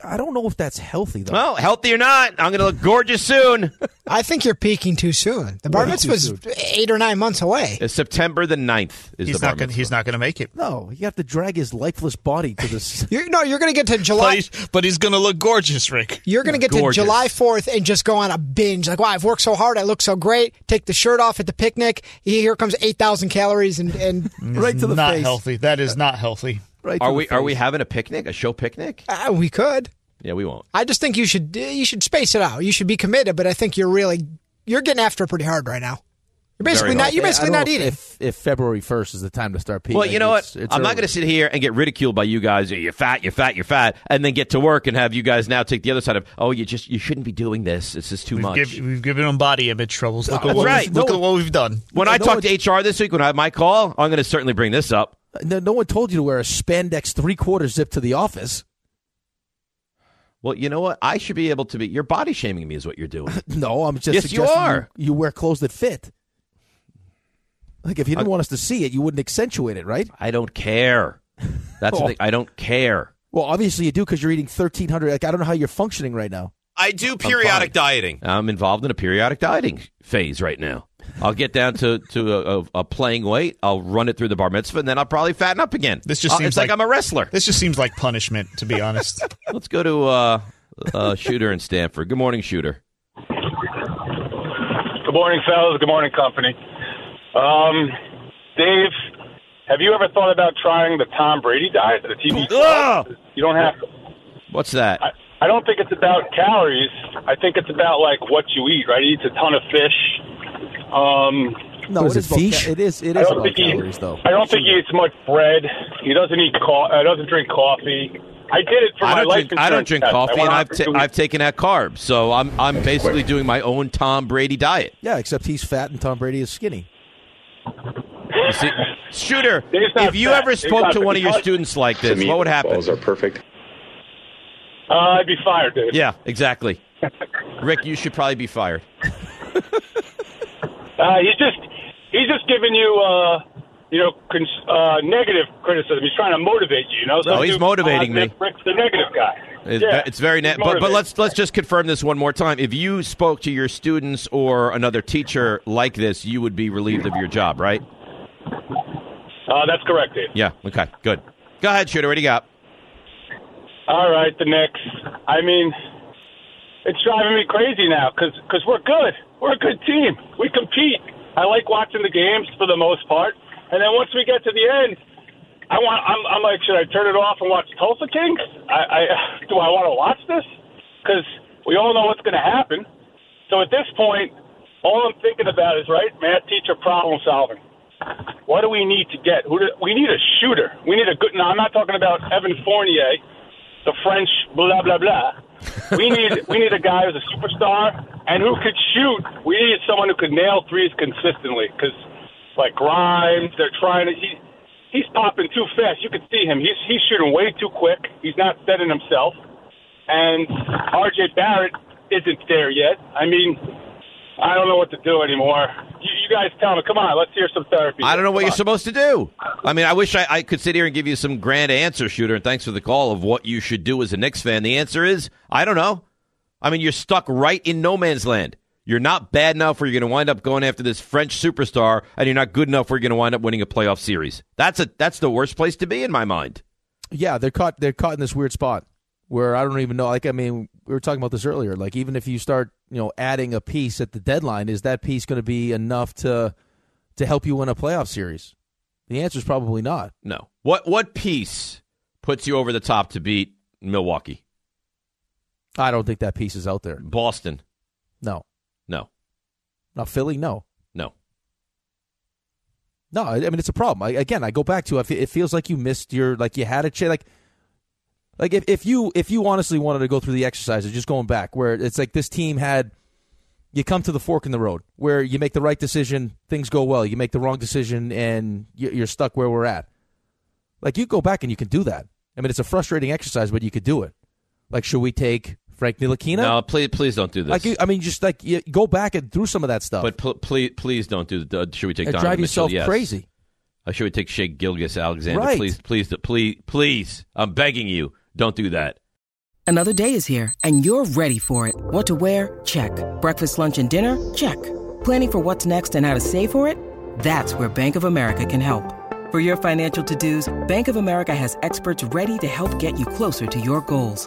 D: I don't know if that's healthy though.
B: Well, healthy or not, I'm going to look gorgeous soon.
M: I think you're peaking too soon. The bar
D: Way too
M: mitzvah's
D: soon.
M: eight or nine months away.
B: It's September the 9th is
L: He's
B: the bar
L: not gonna,
B: mitzvah.
L: he's not going to make it.
D: No, you have to drag his lifeless body to this.
M: You're, no, you're going to get to
L: But
M: July.
L: he's, but he's going to look gorgeous, Rick.
M: You're going to get
B: Gorgeous.
M: to July 4th and just go on a binge. Like, wow, I've worked so hard. I look so great. Take the shirt off at the picnic. Here comes 8,000 calories and, and
D: right to the
L: not
D: face.
L: healthy. That is not healthy.
D: Right to
B: Are
D: the
B: we are we
D: face.
B: having a picnic? A show picnic?
M: uh, we could.
B: Yeah, we won't.
M: I just think you should you should space it out. You should be committed, but I think you're really you're getting after it pretty hard right now. You're basically
B: Very
M: not
B: hard.
M: you're
D: I- I
M: basically
D: don't
M: not
D: know
M: eating.
D: If, if February first is the time to start peeing,
B: Well, you know what?
D: it's- it's
B: I'm
D: early.
B: not going to sit here and get ridiculed by you guys. You're fat, you're fat, you're fat, and then get to work and have you guys now take the other side of, oh, you just you shouldn't be doing this. It's just too
L: We've,
B: much.
L: give, we've given him body image troubles. Look,
D: That's
L: at, what
B: right.
L: we've, look
D: No
L: at what we've done.
B: when I,
D: know
B: talk to HR this week, when I have my call, I'm going to certainly bring this up.
D: No, no one told you to wear a spandex three quarter zip to the office.
B: Well, you know what? I should be able to be. You're body shaming me, is what you're doing.
D: No, I'm just
B: Yes, you
D: suggesting
B: are.
D: You, wear clothes that fit. Like if you didn't want us to see it, you wouldn't accentuate it, right?
B: I don't care. That's the
D: Oh.
B: thing. I don't care.
D: Well, obviously you do because you're eating 1,300. Like I don't know how you're functioning right now.
N: I do periodic dieting.
B: I'm involved in a periodic dieting phase right now. I'll get down to to a, a, a playing weight. I'll run it through the bar mitzvah, and then I'll probably fatten up again.
L: This just
B: Uh,
L: seems
B: it's like,
L: like-
B: I'm a wrestler.
L: This just seems like punishment, to be honest.
B: Let's go to uh, uh, Shooter in Stanford. Good morning, Shooter.
O: Good morning, fellas. Good morning, company. Um, Dave, have you ever thought about trying the Tom Brady diet, the TV? You don't have. To,
B: What's that?
O: I don't think it's about calories. I think it's about like what you eat. Right? He eats a ton of fish. Um,
D: No, it is, about ca- it is. It
O: I
D: is
O: don't
D: about
O: think he-
D: calories, though.
O: I don't think he eats much bread. He doesn't eat. Co- uh, doesn't drink coffee. I did it for
B: I
O: my
B: don't
O: life
B: drink, I don't
O: insurance
B: drink
O: test. I
B: coffee,
O: went
B: and
O: on
B: I've
O: for
B: ta-
O: two
B: I've taken out carbs, so I'm I'm basically doing my own Tom Brady diet.
D: Yeah, except he's fat and Tom Brady is skinny.
B: You see, Shooter,
D: Dave's not
B: if you
D: fat.
B: ever
D: Dave's
B: spoke
D: not
B: to one of your
D: fat.
B: students like this,
D: To me,
B: what would happen?
D: balls are
B: perfect.
O: Uh, I'd be fired, Dave.
B: Yeah, exactly. Rick, you should probably be fired.
O: Uh, he's just he's just giving you uh, you know cons- uh, negative criticism. He's trying to motivate you. You know,
B: No, he's
O: dude-
B: motivating me.
O: Rick's the negative guy.
B: It's,
O: yeah,
B: ve- it's very net,
O: he's
B: but, but
O: motivated.
B: let's let's just confirm this one more time. If you spoke to your students or another teacher like this, you would be relieved of your job, right?
O: Uh, that's correct, Dave.
B: Yeah. Okay. Good. Go ahead, shooter. What do you got?
O: All right, the Knicks. I mean, it's driving me crazy now because cause we're good. We're a good team. We compete. I like watching the games for the most part. And then once we get to the end, I want. I'm, I'm like, should I turn it off and watch Tulsa King? I, I do. I want to watch this because we all know what's going to happen. So at this point, all I'm thinking about is right, math teacher problem solving. What do we need to get? Who do, we need a shooter. We need a good. Now I'm not talking about Evan Fournier, the French blah blah blah. We need we need a guy who's a superstar and who could shoot. We need someone who could nail threes consistently because like Grimes, they're trying to. He, he's popping too fast. You can see him. He's he's shooting way too quick. He's not setting himself. And R.J. Barrett isn't there yet. I mean, I don't know what to do anymore. You, you guys tell me. Come on, let's hear some therapy.
B: I don't know what
O: Come
B: you're
O: on.
B: supposed to do. I mean, I wish I, I could sit here and give you some grand answer, shooter, and thanks for the call of what you should do as a Knicks fan. The answer is I don't know. I mean, you're stuck right in no man's land. You're not bad enough where you're going to wind up going after this French superstar, and you're not good enough where you're going to wind up winning a playoff series. That's a that's the worst place to be in my mind.
D: Yeah, they're caught. They're caught in this weird spot where I don't even know. Like, I mean, we were talking about this earlier. Like, even if you start, you know, adding a piece at the deadline, is that piece going to be enough to to help you win a playoff series? The answer is probably not.
B: No. What what piece puts you over the top to beat Milwaukee,
D: I don't think that piece is out there.
B: Boston?
D: No,
B: No,
D: now Philly, no,
B: no.
D: no. I, I mean, it's a problem. I, again, I go back to. I fe- It feels like you missed your. Like you had a chance. Like Like if, if you if you honestly wanted to go through the exercise of just going back, where it's like this team had you come to the fork in the road where you make the right decision, things go well. You make the wrong decision, and you- you're stuck where we're at. Like you go back and you can do that. I mean, it's a frustrating exercise, but you could do it. Like, should we take Frank Ntilikina?
B: No, please please don't do this.
D: Like, you, I mean, just like you go back and through some of that stuff.
B: But pl- please, please don't do. The, uh, should we take
D: It'd
B: Donovan
D: drive
B: Mitchell?
D: yourself
B: Yes.
D: crazy.
B: Uh, should we take Shea Gilgis Alexander?
P: Right.
B: Please, please, please, please. I'm begging you, don't do that.
P: Another day is here, and you're ready for it. What to wear? Check. Breakfast, lunch, and dinner? Check. Planning for what's next and how to save for it? That's where Bank of America can help. For your financial to dos, Bank of America has experts ready to help get you closer to your goals.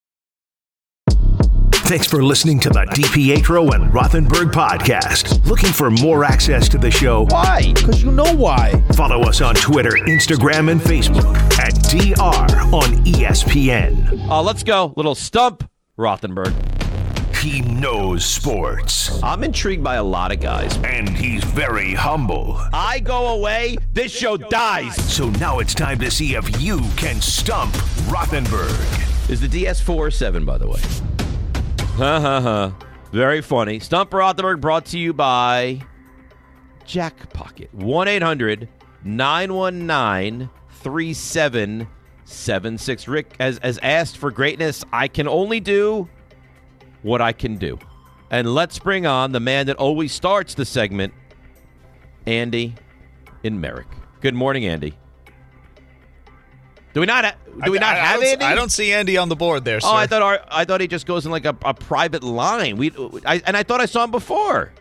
A: Thanks for listening to the DiPietro and Rothenberg podcast. Looking for more access to the show? Why?
D: Because you know why.
A: Follow us on Twitter, Instagram, and Facebook at DR on E ESPN.
B: Uh, let's go. Little stump, Rothenberg.
A: He knows sports.
B: I'm intrigued by a lot of guys,
A: and he's very humble.
B: I go away, this show dies.
A: So now it's time to see if you can stump Rothenberg.
B: Is the DS4 or 7, by the way? Ha ha ha. Very funny. Stump Rothenberg brought to you by Jack Pocket. 1 800 919 3776. Rick has, has asked for greatness. I can only do what I can do. And let's bring on the man that always starts the segment, Andy in Merrick. Good morning, Andy. Do we not? Ha- do we
L: I-
B: not
L: I- I
B: have
L: don't s-
B: Andy?
L: I don't see Andy on the board there. Sir.
B: Oh, I thought our, I thought he just goes in like a, a private line. We, I, and I thought I saw him before.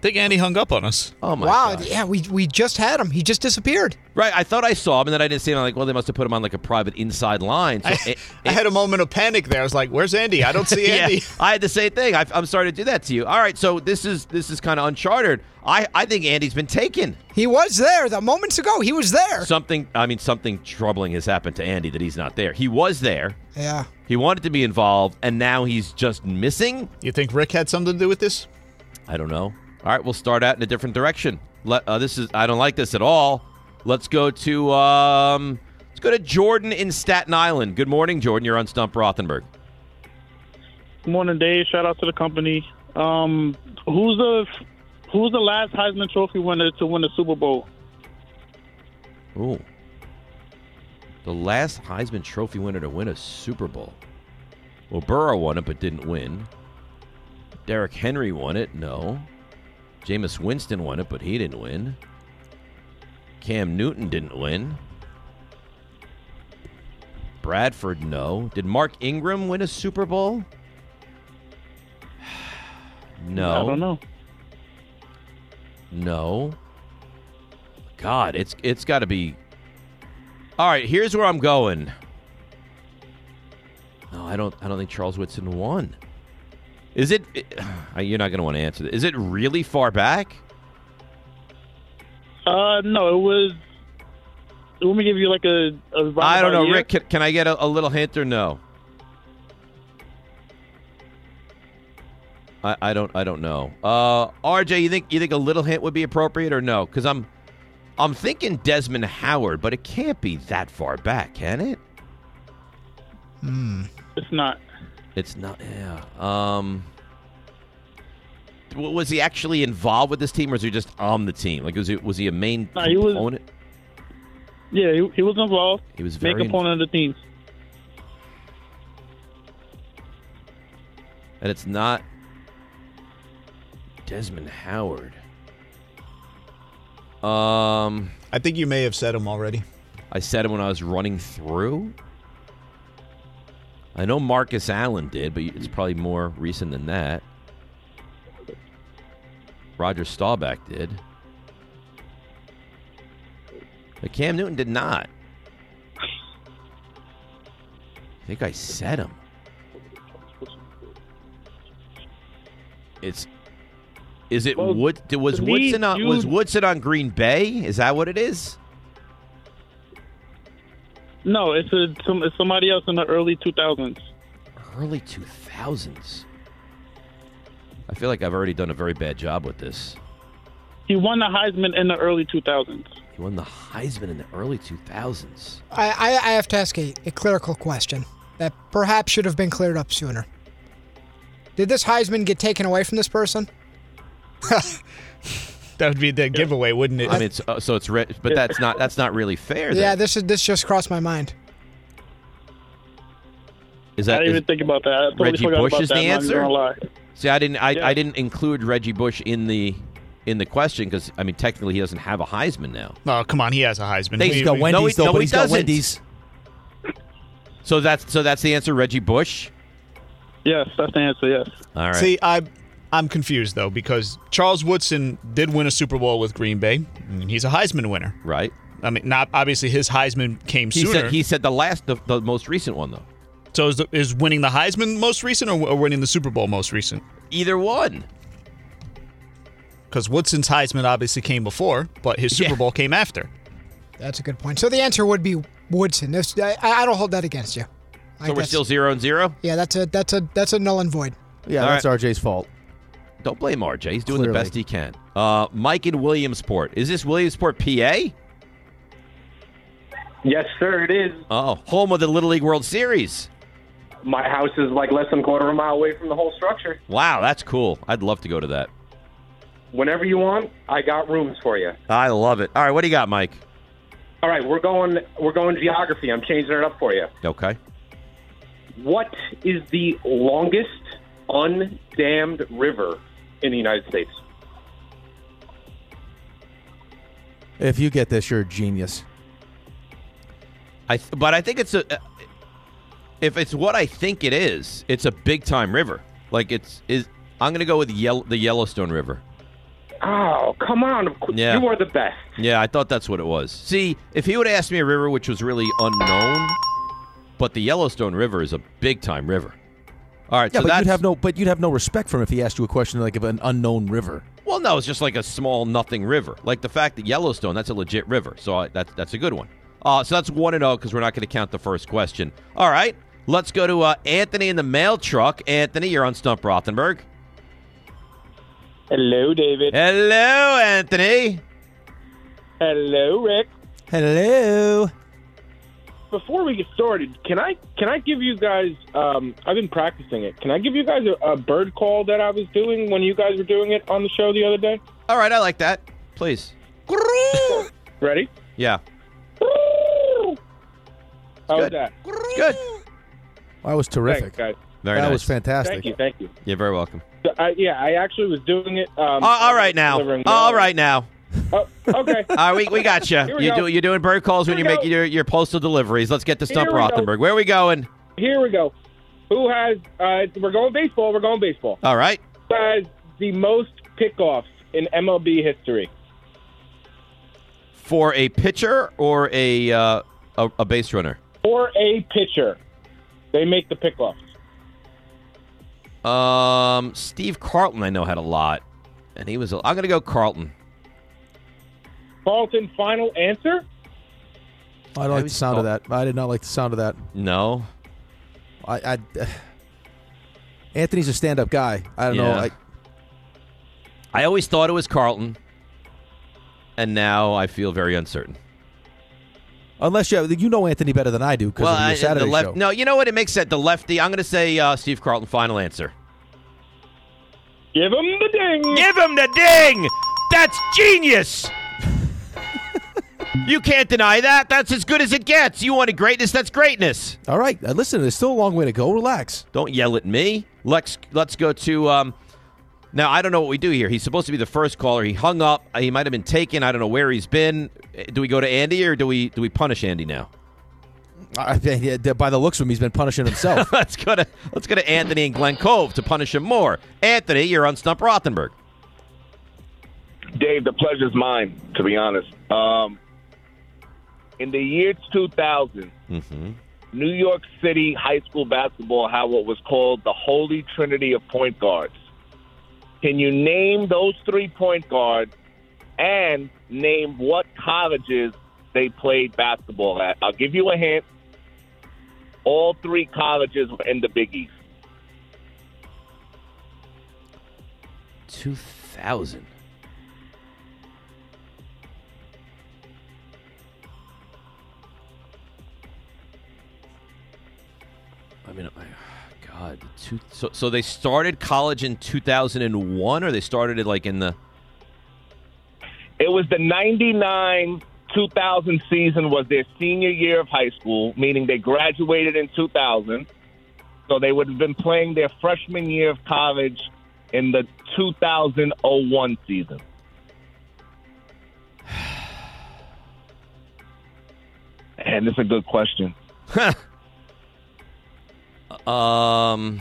L: think Andy hung up on us.
B: Oh my
M: wow.
B: God.
M: Yeah, we we just had him. He just disappeared.
B: Right, I thought I saw him, and then I didn't see him. I'm like, well, they must have put him on like a private inside line. So it-
L: I had a moment of panic there. I was like, "Where's Andy? I don't see
B: Yeah,
L: Andy."
B: I had the same thing. I, I'm sorry to do that to you. All right, so this is this is kind of uncharted. I I think Andy's been taken.
M: He was there the moments ago. He was there.
B: Something, I mean, something troubling has happened to Andy that he's not there. He was there.
M: Yeah.
B: He wanted to be involved, and now he's just missing.
L: You think Rick had something to do with this?
B: I don't know. All right, we'll start out in a different direction. Let, uh, this is I don't like this at all. Let's go to um, let's go to Jordan in Staten Island. Good morning, Jordan. You're on Stump Rothenberg.
Q: Good morning, Dave. Shout out to the company. Um, who's the who's the last Heisman Trophy winner to win the Super Bowl?
B: Ooh, the last Heisman Trophy winner to win a Super Bowl. Well, Burrow won it but didn't win. Derrick Henry won it. No. Jameis Winston won it, but he didn't win. Cam Newton didn't win. Bradford, no. Did Mark Ingram win a Super Bowl? No.
Q: I don't know.
B: No. God, it's it's got to be. All right, here's where I'm going. No, I don't. I don't think Charles Woodson won. Is it? uh, you're not going to want to answer this. Is it really far back?
Q: Uh, no, it was. Let me give you like a. a
B: I don't
Q: roundabout
B: know,
Q: year.
B: Rick. Can, can I get a, a little hint or no? I, I don't. I don't know. Uh, RJ, you think you think a little hint would be appropriate or no? Because I'm, I'm thinking Desmond Howard, but it can't be that far back, can it? Hmm.
Q: It's not.
B: It's not. Yeah. Um. w- Was he actually involved with this team, or was he just on the team? Like, was he was he a main
Q: No, he was-
B: component?
Q: Yeah, he, he was involved.
B: He was
Q: Big
B: very in-
Q: component of the team.
B: and it's not Desmond Howard. Um,
L: I think you may have said him already.
B: I said him when I was running through. I know Marcus Allen did, but it's probably more recent than that. Roger Staubach did. But Cam Newton did not. I think I said him. It's is it
Q: Well,
B: Wood? did- Was
Q: to me,
B: Woodson on,
Q: you-
B: was Woodson on Green Bay? Is that what it is?
Q: No, it's a some, it's somebody else in the early 2000s.
B: Early 2000s. I feel like I've already done a very bad job with this.
Q: He won the Heisman in the early 2000s.
B: He won the Heisman in the early 2000s.
M: I, I, I have to ask a, a clerical question that perhaps should have been cleared up sooner. Did this Heisman get taken away from this person?
L: That would be the giveaway, wouldn't it?
B: I mean, it's, uh, so it's re- but that's not that's not really fair.
M: yeah,
B: then.
M: this is this just crossed my mind.
B: Is that
Q: I didn't
B: is-
Q: even think about that. I totally
B: Reggie
Q: forgot
B: Bush
Q: about
B: is
Q: that.
B: the
Q: I'm not even
B: answer?
Q: gonna lie.
B: See, I didn't I,
Q: Yeah.
B: I didn't include Reggie Bush in the in the question because I mean technically he doesn't have a Heisman now.
L: oh, come on, he has a Heisman.
B: They-
L: We-
B: he's got
L: we-
B: Wendy's,
L: no, he-
B: though,
L: no,
B: but
L: he
B: he's got
L: doesn't.
B: Wendy's. So that's so that's the answer, Reggie Bush.
Q: Yes, that's the answer. Yes.
B: All right.
L: See, I I'm confused though because Charles Woodson did win a Super Bowl with Green Bay. and he's a Heisman winner.
B: Right.
L: I mean, not obviously his Heisman came
B: he
L: sooner.
B: said he said the last the, the most recent one though.
L: so is, the, is winning the Heisman most recent or, or winning the Super Bowl most recent?
B: Either one.
L: Because Woodson's Heisman obviously came before, but his Super Bowl came after.
M: That's a good point. So the answer would be Woodson. This- I, I don't hold that against you. I
B: So we're
M: guess-
B: still zero and zero.
M: Yeah, that's a that's a that's a null and void.
D: Yeah,
B: All
D: that's RJ's fault.
B: Don't blame RJ. He's doing the
D: Clearly.
B: best he can. Uh, Mike in Williamsport. Is this Williamsport, PA?
R: Yes, sir, it is.
B: Oh, home of the Little League World Series.
R: My house is like less than a quarter of a mile away from the whole structure.
B: Wow, that's cool. I'd love to go to that.
R: Whenever you want, I got rooms for you.
B: I love it. All right, what do you got, Mike?
R: All right, we're going we're going geography. I'm changing it up for you.
B: Okay.
R: What is the longest undammed river in the United States?
D: If you get this, you're a genius.
B: I th- but I think it's a uh, if it's what I think it is, it's a big time river. Like it's is I'm going to go with Yell- the Yellowstone River.
R: Oh, come on. Of course-
B: Yeah.
R: You are the best.
B: Yeah, I thought that's what it was. See, if he would have asked me a river which was really unknown, but the Yellowstone River is a big time river. All right,
D: Yeah,
B: so
D: but
B: that's
D: you'd have no, but you'd have no respect for him if he asked you a question like of an unknown river.
B: well, no, it's just like a small nothing river. Like the fact that Yellowstone, that's a legit river. So I, that's that's a good one. Uh, so that's one and zero because we're not going to count the first question. All right, let's go to uh, Anthony in the mail truck. Anthony, you're on Stump Rothenberg.
S: Hello, David.
B: Hello, Anthony.
S: Hello, Rick.
D: Hello.
S: Before we get started, can I can I give you guys? Um, I've been practicing it. Can I give you guys a, a bird call that I was doing when you guys were doing it on the show the other day?
B: All right, I like that. Please.
S: Ready?
B: Yeah.
S: How's
B: good.
S: that?
B: Good.
D: That was terrific.
S: Thanks, guys.
B: Very
D: that
B: nice.
D: was fantastic.
S: Thank you. Thank you.
B: You're very welcome.
S: So, I, yeah, I actually was doing it. Um,
B: Uh, all right now.
S: delivering
B: All
S: mail.
B: right now.
S: Okay.
B: All right, we, we got you.
S: Here we
B: You
S: go.
B: do, you're doing bird calls when you
S: Here we
B: make
S: go.
B: your, your postal deliveries. Let's get to Stump
S: Here we go.
B: Rothenberg. Where are we going?
S: Here we go. Who has? Uh, we're going baseball. We're going baseball.
B: All right.
S: Who has the most pickoffs in MLB history?
B: For a pitcher or a uh, a, a base runner?
S: For a pitcher, they make the pickoffs.
B: Um, Steve Carlton, I know, had a lot. And he was, a, I'm going to go Carlton.
S: Carlton, final answer.
D: I don't like the sound of that. I did not like the sound of that.
B: No.
D: I, I Anthony's a stand-up guy. I don't know.
B: Yeah.
D: I,
B: I always thought it was Carlton. And now I feel very uncertain.
D: unless you you know Anthony better than I do because of
B: I-
D: your Saturday
B: the left,
D: show.
B: No, you know what? It makes sense. The lefty. I'm going to say uh, Steve Carlton. Final answer.
S: Give him the ding.
B: Give him the ding. That's genius. you can't deny that. That's as good as it gets. You wanted greatness. That's greatness.
D: All right, uh, listen. There's still a long way to go. Relax.
B: Don't yell at me. Let's let's go to. Um, now I don't know what we do here. He's supposed to be the first caller. He hung up. Uh, He might have been taken. I don't know where he's been. Uh, Do we go to Andy or do we do we punish Andy now?
D: I, think, yeah, by the looks of him, he's been punishing himself.
B: let's go to let's go to Anthony and Glen Cove to punish him more. Anthony, you're on Stump Rothenberg.
T: Dave, the pleasure's mine, to be honest. Um, in the year 2000,
B: Mm-hmm.
T: New York City high school basketball had what was called the Holy Trinity of point guards. Can you name those three point guards and name what colleges they played basketball at? I'll give you a hint. All three colleges were in the Big East.
B: 2000. I mean, I, God, the two, so so they started college in 2001, or they started it like in the
T: It was the 99 2000 season was their senior year of high school, meaning they graduated in 2000. So they would have been playing their freshman year of college in the 2001 season. And it's a good question.
B: um.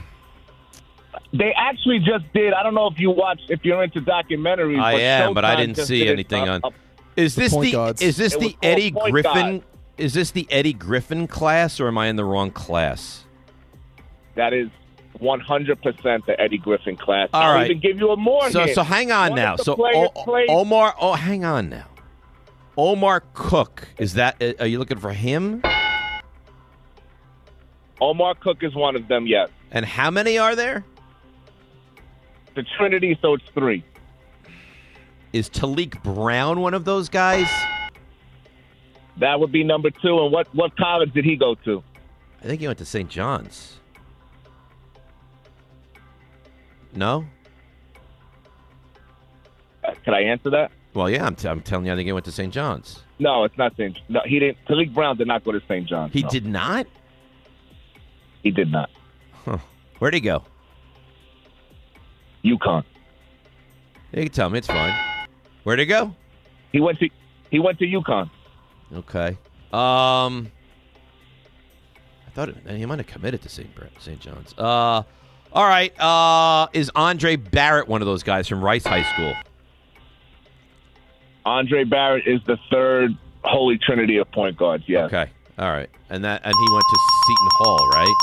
T: They actually just did. I don't know if you watch, if you're into documentaries.
B: I
T: but
B: am, but I
T: Showtime
B: didn't
T: just
B: see
T: did it
B: anything on.
T: up- up-
B: Is
T: The
B: this
T: point
B: the
T: guards.
B: is this
T: It was
B: the
T: called
B: Eddie
T: point
B: Griffin?
T: guard.
B: Is this the Eddie Griffin class, or am I in the wrong class?
T: That is 100% the Eddie Griffin class.
B: All
T: I'll
B: right.
T: even give you a more
B: So,
T: hint.
B: so hang on
T: One of
B: now.
T: the
B: So
T: players
B: O-
T: played-
B: Omar, oh, hang on now. Omar Cook is that? uh, Are you looking for him?
T: Omar Cook is one of them, yes.
B: And how many are there?
T: The Trinity, so it's three.
B: Is Talik Brown one of those guys?
T: That would be number two. And what, what college did he go to?
B: I think he went to St. John's. No?
T: Uh, Can I answer that?
B: Well, yeah, I'm, t- I'm telling you, I think he went to St. John's.
T: No, it's not St. No, he didn't. Tariq Brown did not go to St. John's.
B: He
T: no.
B: did not?
T: He did not.
B: Huh. Where'd he go?
T: UConn.
B: You can tell me it's fine. Where'd he go?
T: He went to he went to UConn.
B: Okay. Um, I thought it, he might have committed to St. Bra- St. John's. Uh, all right. Uh, is Andre Barrett one of those guys from Rice High School?
T: Andre Barrett is the third holy trinity of point guards. Yes.
B: Okay. All right. And that and he went to Seton Hall, right?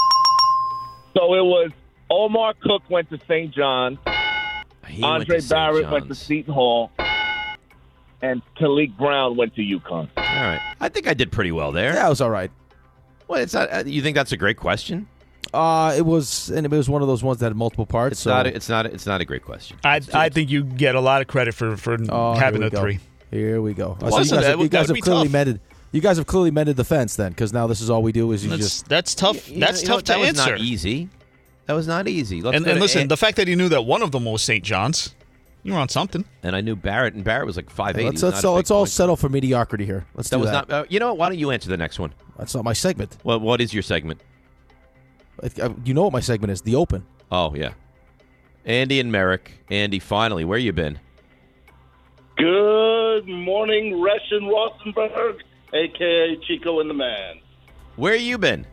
T: So it was Omar Cook went to St. John's.
B: He went
T: Andre
B: to St.
T: Barrett went to
B: John's.
T: Seton Hall. And Talik Brown went to UConn.
B: All right. I think I did pretty well there.
D: Yeah, it was all right.
B: Well, it's not. uh, You think that's a great question?
D: Uh, it was, and it was one of those ones that had multiple parts.
B: It's
D: so
B: not. A, it's not. A, it's not a great question.
L: I, I think you get a lot of credit for, for
D: Oh,
L: having
D: here
L: the
D: we go.
L: three.
D: Here we go.
L: Well,
D: So you
L: listen,
D: guys,
L: that
D: have-
L: would-
D: you guys
L: that would
D: have
L: be
D: clearly
L: tough.
D: mended. You guys have clearly mended the fence then, because now this is all we do is you
L: That's,
D: just
L: that's tough. that's
B: You know,
L: tough to
B: that was
L: answer.
B: Not easy. That was not easy. Let's
L: and
B: go
L: and
B: to
L: listen,
B: An-
L: the fact that he knew that one of them was St. John's, you were on something.
B: and I knew Barrett, and Barrett was like five eight.
D: let's, let's all let's all settle for mediocrity here. Let's
B: That
D: do
B: was
D: that.
B: not. Uh, you know what? Why don't you answer the next one?
D: that's not my segment.
B: Well, what is your segment?
D: I- I- uh, You know what my segment is? The Open.
B: Oh yeah, Andy and Merrick. Andy, finally, where you been?
U: Good morning, Russian Rosenberg, aka Chico and the Man.
B: Where you been?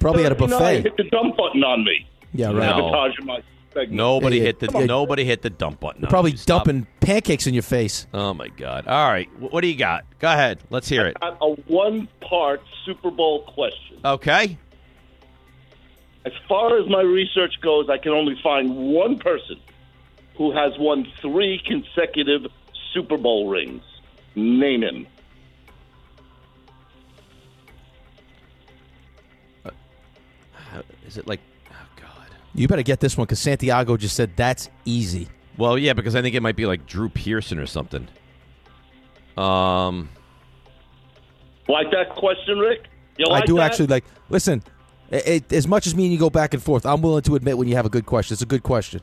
D: Probably at a buffet.
U: Hit the dump button Uh, on me.
D: Yeah, right.
U: Sabotaging my segment.
B: Nobody
D: Yeah, yeah.
B: hit the
D: Come on.
B: nobody hit the dump button.
D: You're
B: on
D: probably
B: you. Stop.
D: dumping pancakes in your face.
B: Oh my god! All right, wh- what do you got? Go ahead. Let's hear it.
U: Got a one-part Super Bowl question.
B: Okay.
U: As far as my research goes, I can only find one person who has won three consecutive Super Bowl rings. Name him.
B: How- Is it like?
D: You better get this one because Santiago just said that's easy.
B: Well, yeah, because I think it might be like Drew Pearson or something. Um.
U: Like that question, Rick? You like
D: I do
U: that?
D: actually like. Listen, it, it, as much as me and you go back and forth, I'm willing to admit when you have a good question. It's a good question.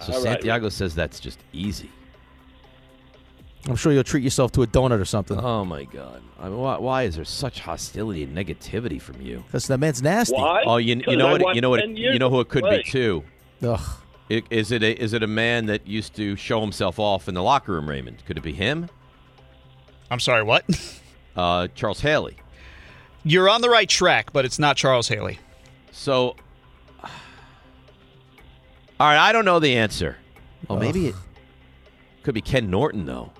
B: So
U: All right.
B: Santiago says that's just easy.
D: I'm sure you'll treat yourself to a donut or something.
B: Oh my god! I mean, why, why is there such hostility and negativity from you?
D: Because that man's nasty.
U: Why?
B: Oh, you, you
U: 'Cause
B: know
U: I
B: what?
U: watched
B: You know what?
U: 10 years
B: You know who it
U: of
B: could
U: play.
B: be too.
D: Ugh.
B: I- Is it a, is it a man that used to show himself off in the locker room? Raymond, could it be him?
L: I'm sorry, what?
B: Uh, Charles Haley.
L: You're on the right track, but it's not Charles Haley.
B: So, all right, I don't know the answer. Oh, maybe it could be Ken Norton though.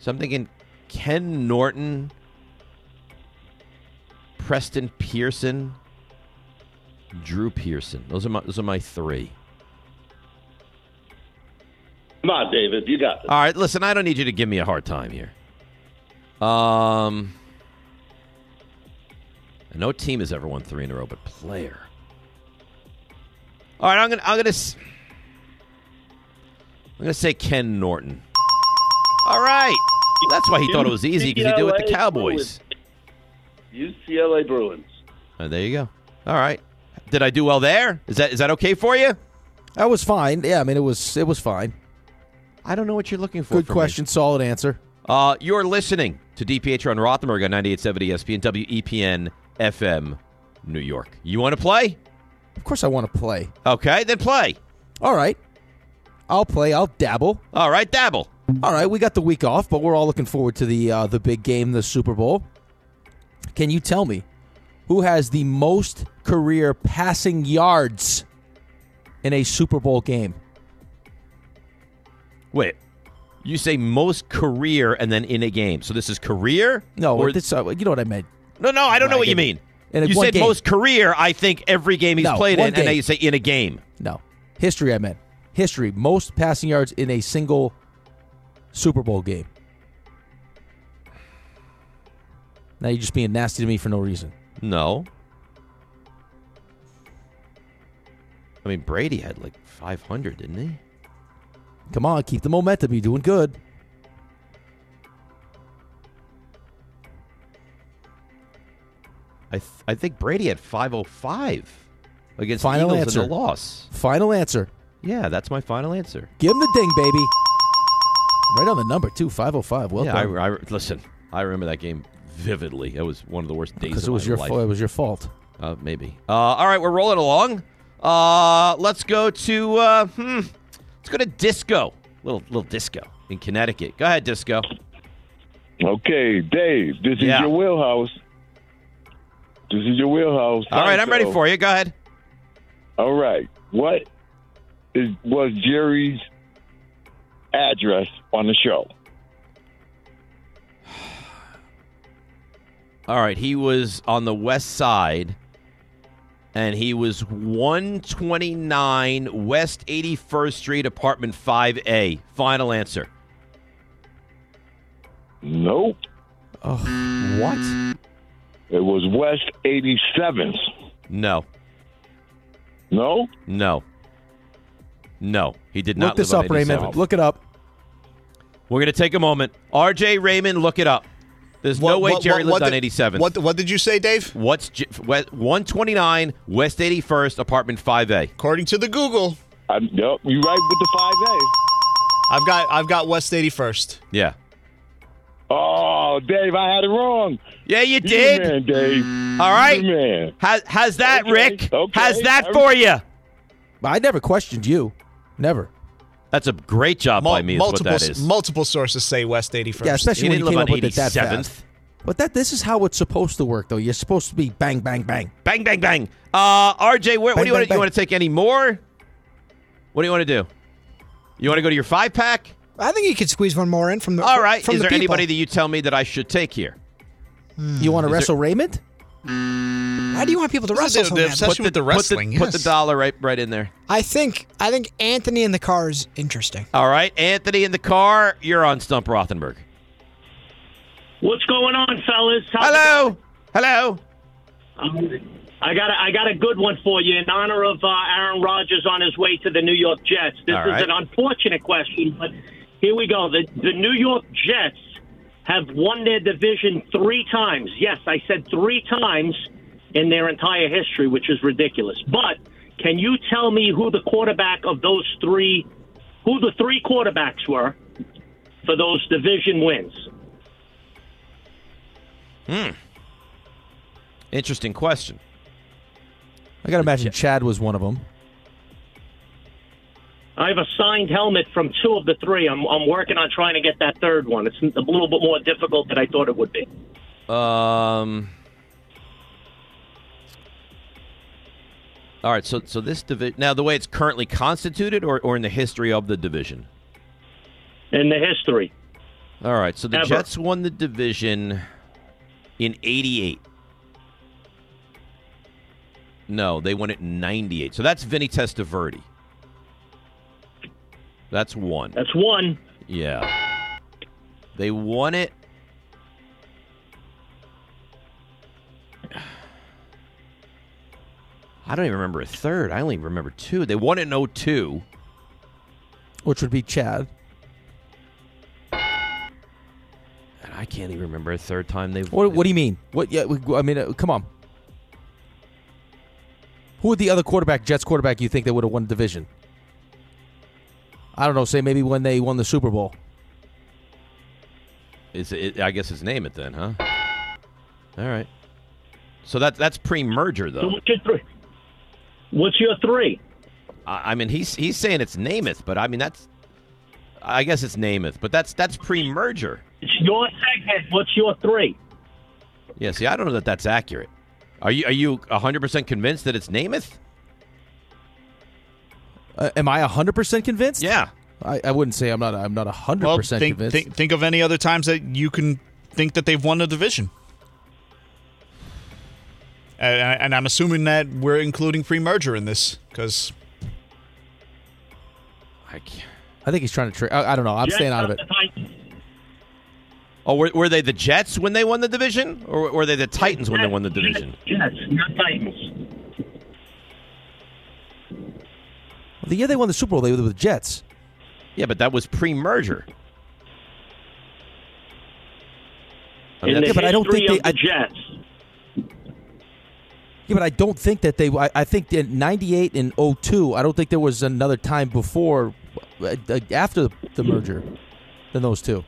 B: So I'm thinking Ken Norton, Preston Pearson, Drew Pearson. Those are my those are my three.
U: Come on, David. You got it.
B: All right, listen, I don't need you to give me a hard time here. Um, and no team has ever won three in a row, but player. All right, I'm gonna, I'm gonna, s- I'm gonna say Ken Norton. All right, that's why he thought it was easy because he did it with the
U: UCLA
B: Cowboys.
U: Bruins. UCLA Bruins.
B: Oh, there you go. All right, did I do well there? Is that is that okay for you?
D: That was fine. Yeah, I mean it was it was fine.
B: I don't know what you're looking for.
D: Good
B: from me.
D: question, solid answer.
B: Uh, you're listening to DPH on Rothenberg on E 98.70 ESPN, WEPN FM, New York. You want to play?
D: Of course, I want to play.
B: Okay, then play.
D: All right, I'll play. I'll dabble.
B: All right, dabble.
D: All right, we got the week off, but we're all looking forward to the uh, the big game, the Super Bowl. Can you tell me who has the most career passing yards in a Super Bowl game?
B: Wait, you say most career and then in a game. So this is career?
D: No,
B: Or-
D: this, uh, you know what I meant.
B: no, no, I don't know what you
D: in a-
B: mean.
D: in a-
B: you
D: one
B: said
D: game.
B: most career. I think every game he's
D: No,
B: played
D: one
B: in, and now
D: game.
B: you say in a game.
D: No, history. I meant history. Most passing yards in a single Super Bowl game. Now you're just being nasty to me for no reason.
B: No. I mean, Brady had like 500, didn't he?
D: Come on, keep the momentum. You're doing good.
B: I th- I think Brady had 505 against
D: Final
B: the Eagles
D: answer.
B: in the loss.
D: Final answer.
B: Yeah, that's my final answer.
D: Give him the ding, baby. Right on the number too. Five oh five. Well
B: yeah,
D: done.
B: I, I- listen. I remember that game vividly. It was one of the worst days
D: Because
B: of
D: it was
B: my
D: your
B: life.
D: fault. It was your fault.
B: Uh, maybe. Uh, all right, we're rolling along. Uh, let's go to uh, hmm, let's go to disco. Little little disco in Connecticut. Go ahead, disco.
C: Okay, Dave, this
B: Yeah.
C: is your wheelhouse. This is your wheelhouse.
B: All right, I'm ready for you. Go ahead.
C: All right. What is was Jerry's address on the show?
B: All right, he was on the west side, and he was 129 West 81st Street, apartment 5A. Final answer.
C: Nope.
D: Oh,
B: what?
C: It was West 87th.
B: No.
C: No?
B: No. No, he did
D: Look
B: not.
D: this
B: live
D: up,
B: on
D: Raymond.
B: 87th.
D: Look it up.
B: We're gonna take a moment. R.J. Raymond, look it up. There's no way Jerry lives
L: what
B: on
L: did-
B: 87th.
L: What, what did you say, Dave?
B: What's J- West- 129 West 81st, apartment 5A?
L: According to the Google.
C: I'm, yep, Uh, you right with the five A.
L: I've got I've got West 81st.
B: Yeah.
C: Oh, Dave, I had it wrong.
B: Yeah, you
C: did. man, Dave.
B: All right.
C: You the man.
B: Has, has that, Rick? Has that
C: Every-
B: for you?
D: I never questioned you. Never.
B: That's a great job by me. Is what
L: multiple
B: that
L: s-
B: is.
L: multiple sources say West 81st.
D: Yeah, especially
B: He
D: when
B: didn't
D: you
B: live
D: came
B: on
D: up with it that
B: 87th.
D: fast. But that this is how it's supposed to work, though. You're supposed to be bang, bang, bang.
B: Bang, bang, bang. Uh, RJ, where, what do you want? You want to take any more? What do you want to do? You want to go to your five pack?
M: I think you could squeeze one more in from the.
B: All right.
M: From
B: is
M: the
B: there
M: people.
B: anybody that you tell me that I should take here?
D: You want
B: Is
D: to
B: there-
D: wrestle Raymond?
M: Why do you want people to wrestle? so badly?
B: put the, Put the, put the dollar right, right in there.
M: I think I think Anthony in the car is interesting.
B: All right, Anthony in the car. You're on Stump Rothenberg.
V: What's going on, fellas?
B: Hello, hello.
V: Um, I got a, I got a good one for you in honor of uh, Aaron Rodgers on his way to the New York Jets. This
W: All
V: is
W: right.
V: an unfortunate question, but here we go. The the New York Jets have won their division three times. Yes, I said three times in their entire history, which is ridiculous. But can you tell me who the quarterback of those three, who the three quarterbacks were for those division wins?
B: Hmm. Interesting question.
D: I got to imagine Chad was one of them.
V: I have a signed helmet from two of the three. I'm, I'm working on trying to get that third one. It's a little bit more difficult than I thought it would be.
B: Um. All right, so so this division now the way it's currently constituted, or, or in the history of the division.
V: In the history.
B: All right, so the
V: Ever.
B: Jets won the division in '88. No, they won it in '98. So that's Vinny Testaverde. That's one.
V: That's one.
B: Yeah. They won it. I don't even remember a third. I only remember two. They won it in 02.
D: Which would be Chad.
B: And I can't even remember a third time they've
D: What, what do you mean? What? Yeah, we- I mean, uh, come on. Who would the other quarterback, Jets quarterback, you think they would have won the division? I don't know. Say maybe when they won the Super Bowl.
B: Is it, I guess it's name it then, huh? All right. So that that's pre-merger
V: So
B: though.
V: what's your three? What's your three?
B: I, I mean, he's he's saying it's Namath, but I mean that's. I guess it's Namath, but that's that's pre-merger.
V: It's your segment. What's your three?
B: Yeah. See, I don't know that that's accurate. Are you are you hundred percent convinced that it's Namath?
D: Uh, am I hundred percent convinced?
B: Yeah.
D: I, I wouldn't say I'm not. I'm not hundred
L: Well,
D: percent
L: think,
D: convinced.
L: think, think of any other times that you can think that they've won the division. And, and I'm assuming that we're including pre-merger in this because
B: I can't.
D: I think he's trying to trick. I, I don't know. I'm
B: Jets
D: staying out of
B: up
D: it.
B: Oh, were, were they the Jets when they won the division, or were they the Titans when they won the division?
V: Yes, not Titans.
D: The year they won the Super Bowl, they were with the Jets.
B: Yeah, but that was pre-merger.
V: In the
D: yeah, but I don't
V: history
D: think they.
V: of the Jets.
D: Yeah, but I don't think that they. I, I think in '98 and 02, I don't think there was another time before, uh, uh, after the merger, than those two.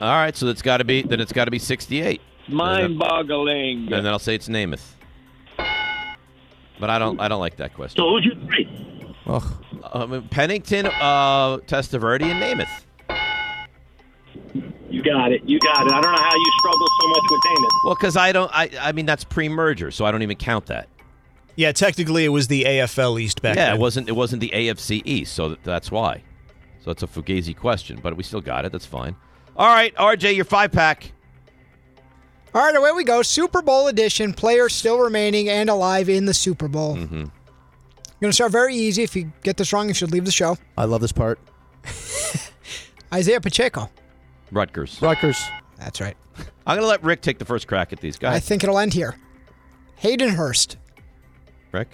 B: All right, so that's got to be then. It's got to be sixty-eight.
F: Mind-boggling.
B: And then I'll say it's Namath. But I don't. I don't like that question.
F: So who'd you three?
B: Um, Pennington, uh, Testaverde, and Namath.
F: You got it. You got it. I don't know how you struggle so much with Damon.
B: Well, because I don't. I. I mean, that's pre-merger, so I don't even count that.
L: Yeah, technically it was the AFL East back
B: yeah,
L: then.
B: it wasn't. It wasn't the AFC East, so th- that's why. So it's a fugazi question, but we still got it. That's fine. All right, RJ, your five pack.
M: All right, away we go. Super Bowl edition. Players still remaining and alive in the Super Bowl.
B: Mm-hmm.
M: Going to start very easy. If you get this wrong, you should leave the show.
D: I love this part.
M: Isaiah Pacheco.
B: Rutgers.
D: Rutgers.
M: That's right.
B: I'm gonna let Rick take the first crack at these
M: I
B: guys.
M: think it'll end here. Hayden Hurst.
B: Rick.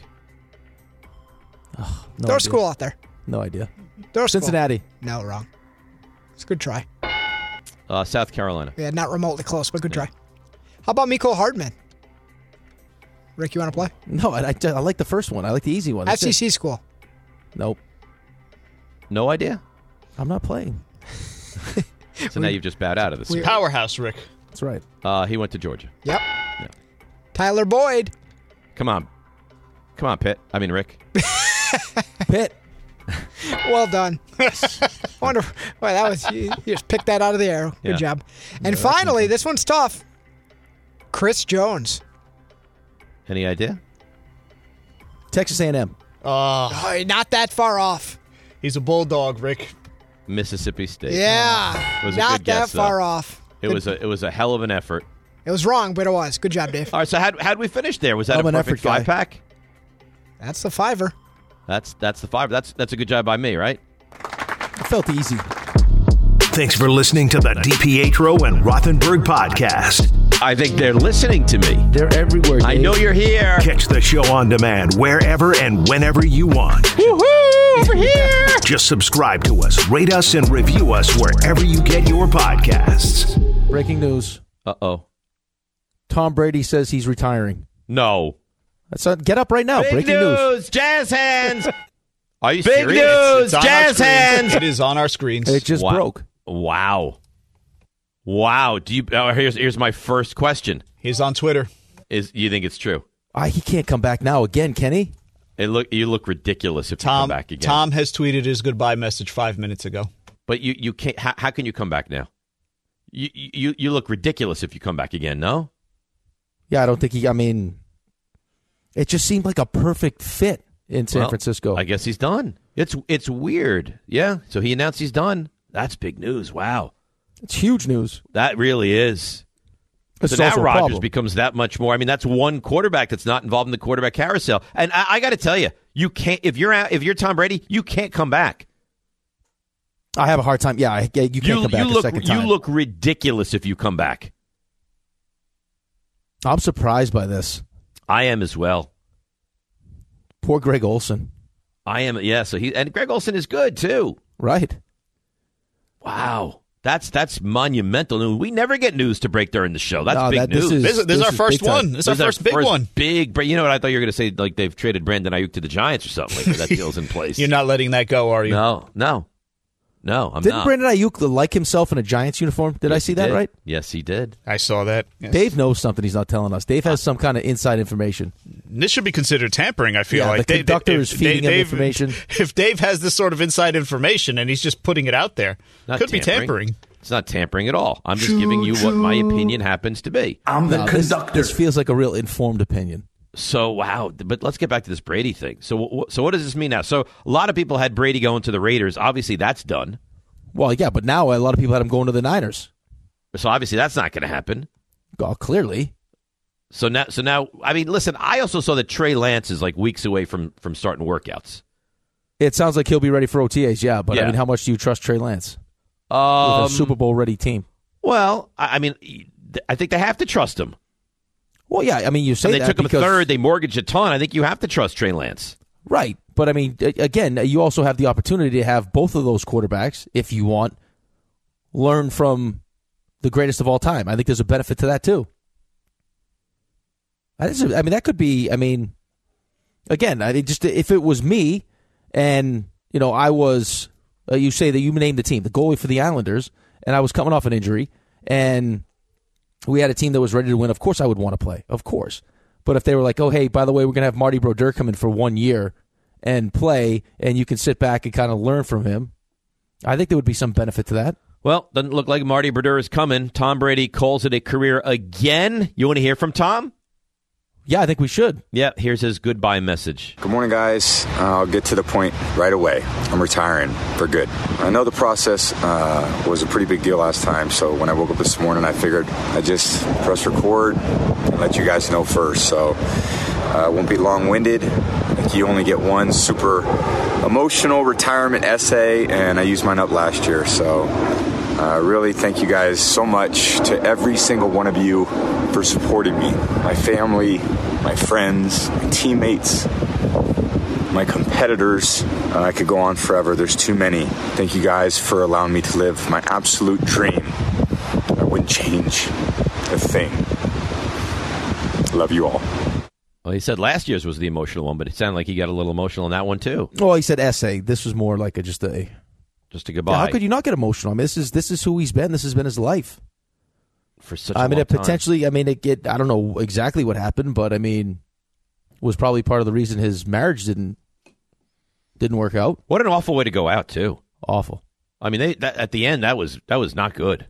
D: No
M: Throw a
D: idea.
M: school out there.
D: No idea.
M: Throw a school.
D: Cincinnati.
M: No, wrong. It's a good try.
B: Uh, South Carolina.
M: Yeah, not remotely close, but good try. How about Miko Hardman? Rick, you want to play?
D: No, I, I, I like the first one. I like the easy one. That's it.
M: FCC school.
D: Nope.
B: No idea.
D: I'm not playing.
B: So now you've just bowed out of this.
M: we-
L: Powerhouse, Rick.
D: That's right.
B: Uh, he went to Georgia.
M: Yep. Tyler Boyd.
B: Come on, come on, Pitt. I mean Rick.
D: Pitt.
M: Well done. Wonder. Well, that was you, you just picked that out of the air. Good
B: Yeah.
M: job. And finally, this one's tough. Chris Jones.
B: Any idea?
D: Texas A&M.
M: Oh, not that far off.
L: Ah. He's a bulldog, Rick.
B: Mississippi State.
M: Yeah.
B: It Oh, was a
M: not
B: good
M: that
B: guess, though.
M: far off.
B: It was a it was a hell of an effort.
M: It was wrong, but it was. Good job, Dave.
B: All right, so had had we finished there? Was that
D: I'm
B: a
D: an
B: perfect
D: effort guy.
B: five pack?
M: That's the fiver.
B: That's that's the five. That's that's a good job by me, right?
D: It felt easy.
A: Thanks for listening to the DPetro and Rothenberg podcast.
B: I think they're listening to me.
D: They're everywhere.
B: I know you're here.
A: Catch the show on demand wherever and whenever you want.
B: Woohoo! Over here.
A: Just subscribe to us, rate us, and review us wherever you get your podcasts.
D: Breaking news.
B: Uh oh.
D: Tom Brady says he's retiring.
B: No.
D: That's on, get up right now.
B: Big
D: Breaking news.
B: news. Jazz hands. Are you
D: Big
B: serious?
D: news,
L: on our
D: jazz
L: screens.
D: hands.
L: It is on our screens.
D: It just
B: Wow.
D: broke.
B: Wow. Wow. Do you? Oh, here's here's my first question.
L: He's on Twitter.
B: Is you think it's true?
D: Ah, he can't come back now again, can he?
B: It look you look ridiculous if you
L: Tom,
B: come back again.
L: Tom has tweeted his goodbye message five minutes ago.
B: But you you can't. How, how can you come back now? You, you you look ridiculous if you come back again. No.
D: Yeah, I don't think he. I mean, it just seemed like a perfect fit in San
B: Well,
D: Francisco.
B: I guess he's done. It's it's weird. Yeah. So he announced he's done. That's big news. Wow.
D: it's huge news.
B: That really is.
D: It's
B: so now
D: also a
B: Rodgers
D: problem.
B: becomes that much more. I mean, that's one quarterback that's not involved in the quarterback carousel. And I, I got to tell you, you can't if you're out, if you're Tom Brady, you can't come back.
D: I have a hard time. Yeah, I, yeah, you can't
B: You,
D: come back
B: you
D: a
B: look
D: second
B: you
D: time.
B: look ridiculous if you come back.
D: I'm surprised by this.
B: I am as well.
D: Poor Greg Olson.
B: I am. Yeah. So he and Greg Olson is good too.
D: Right.
B: Wow. That's that's monumental news. We never get news to break during the show. That's
D: No,
B: big
D: that- this
B: news.
D: is-
L: This is, this is our first
D: big time.
L: one. This is our first big one.
B: Big, but you know what? I thought you were going to say like they've traded Brandon Ayuk to the Giants or something. Like that, that deal's in place.
L: You're not letting that go, are you?
B: No, no, no. I'm
D: Didn't
B: not.
D: Brandon Ayuk like himself in a Giants uniform? Did I
B: Yes,
D: see
B: he
D: that
B: did.
D: right?
B: Yes, he did.
L: I saw that. Yes.
D: Dave knows something he's not telling us. Dave has some kind of inside information.
L: This should be considered tampering. I feel
D: Yeah,
L: like
D: the
L: Dave-
D: conductor
L: if-
D: is feeding him information.
L: If Dave has this sort of inside information and he's just putting it out there,
B: Not
L: could be tampering.
B: It's not tampering at all. I'm just giving you what my opinion happens to be.
D: I'm the conductor. This, feels like a real informed opinion.
B: So wow, but let's get back to this Brady thing. So wh- so what does this mean now? So a lot of people had Brady going to the Raiders. Obviously, that's done.
D: Well, yeah, but now a lot of people had him going to the Niners.
B: So obviously, that's not going to happen.
D: Oh, clearly.
B: So now, so now, I mean, listen. I also saw that Trey Lance is like weeks away from from starting workouts.
D: It sounds like he'll be ready for OTAs, yeah, but I
B: Yeah.
D: mean, how much do you trust Trey Lance?
B: Um,
D: with a Super Bowl ready team.
B: well, I, I mean, I think they have to trust him.
D: Well, yeah, I mean, you say
B: And they
D: that
B: took him
D: because,
B: third. They mortgaged a ton. I think you have to trust Trey Lance.
D: right? But I mean, a- again, you also have the opportunity to have both of those quarterbacks, if you want, learn from the greatest of all time. I think there's a benefit to that too. That is- I mean, that could be. I mean, again, I it just if it was me, and you know, I was. Uh, you say that you named the team, the goalie for the Islanders, and I was coming off an injury, and we had a team that was ready to win. Of course, I would want to play. Of course, but if they were like, "Oh, hey, by the way, we're gonna have Marty Brodeur come in for one year and play, and you can sit back and kind of learn from him," I think there would be some benefit to that.
B: Well, doesn't look like Marty Brodeur is coming. Tom Brady calls it a career again. You want to hear from Tom?
D: Yeah, I think we should.
B: Yeah, here's his goodbye message.
E: Good morning, guys. I'll get to the point right away. I'm retiring for good. I know the process uh, was a pretty big deal last time, so when I woke up this morning, I figured I just press record and let you guys know first. So uh, I won't be long winded. You only get one super emotional retirement essay, and I used mine up last year, so uh, really, thank you guys so much to every single one of you for supporting me. My family, my friends, my teammates, my competitors. Uh, I could go on forever. There's too many. Thank you guys for allowing me to live my absolute dream. I wouldn't change a thing. Love you all.
B: Well, he said last year's was the emotional one, but it sounded like he got a little emotional in that one too.
D: Well, he said essay. This was more like a, just a
B: Just a
D: Yeah,
B: goodbye.
D: how could you not get emotional? I mean, this is this is who he's been. This has been his life.
B: for such? a
D: I mean,
B: long
D: it
B: time.
D: potentially. I mean, it, it. I don't know exactly what happened, but I mean, was probably part of the reason his marriage didn't didn't work out.
B: What an awful way to go out too.
D: Awful.
B: I mean, they that, at the end that was that was not good.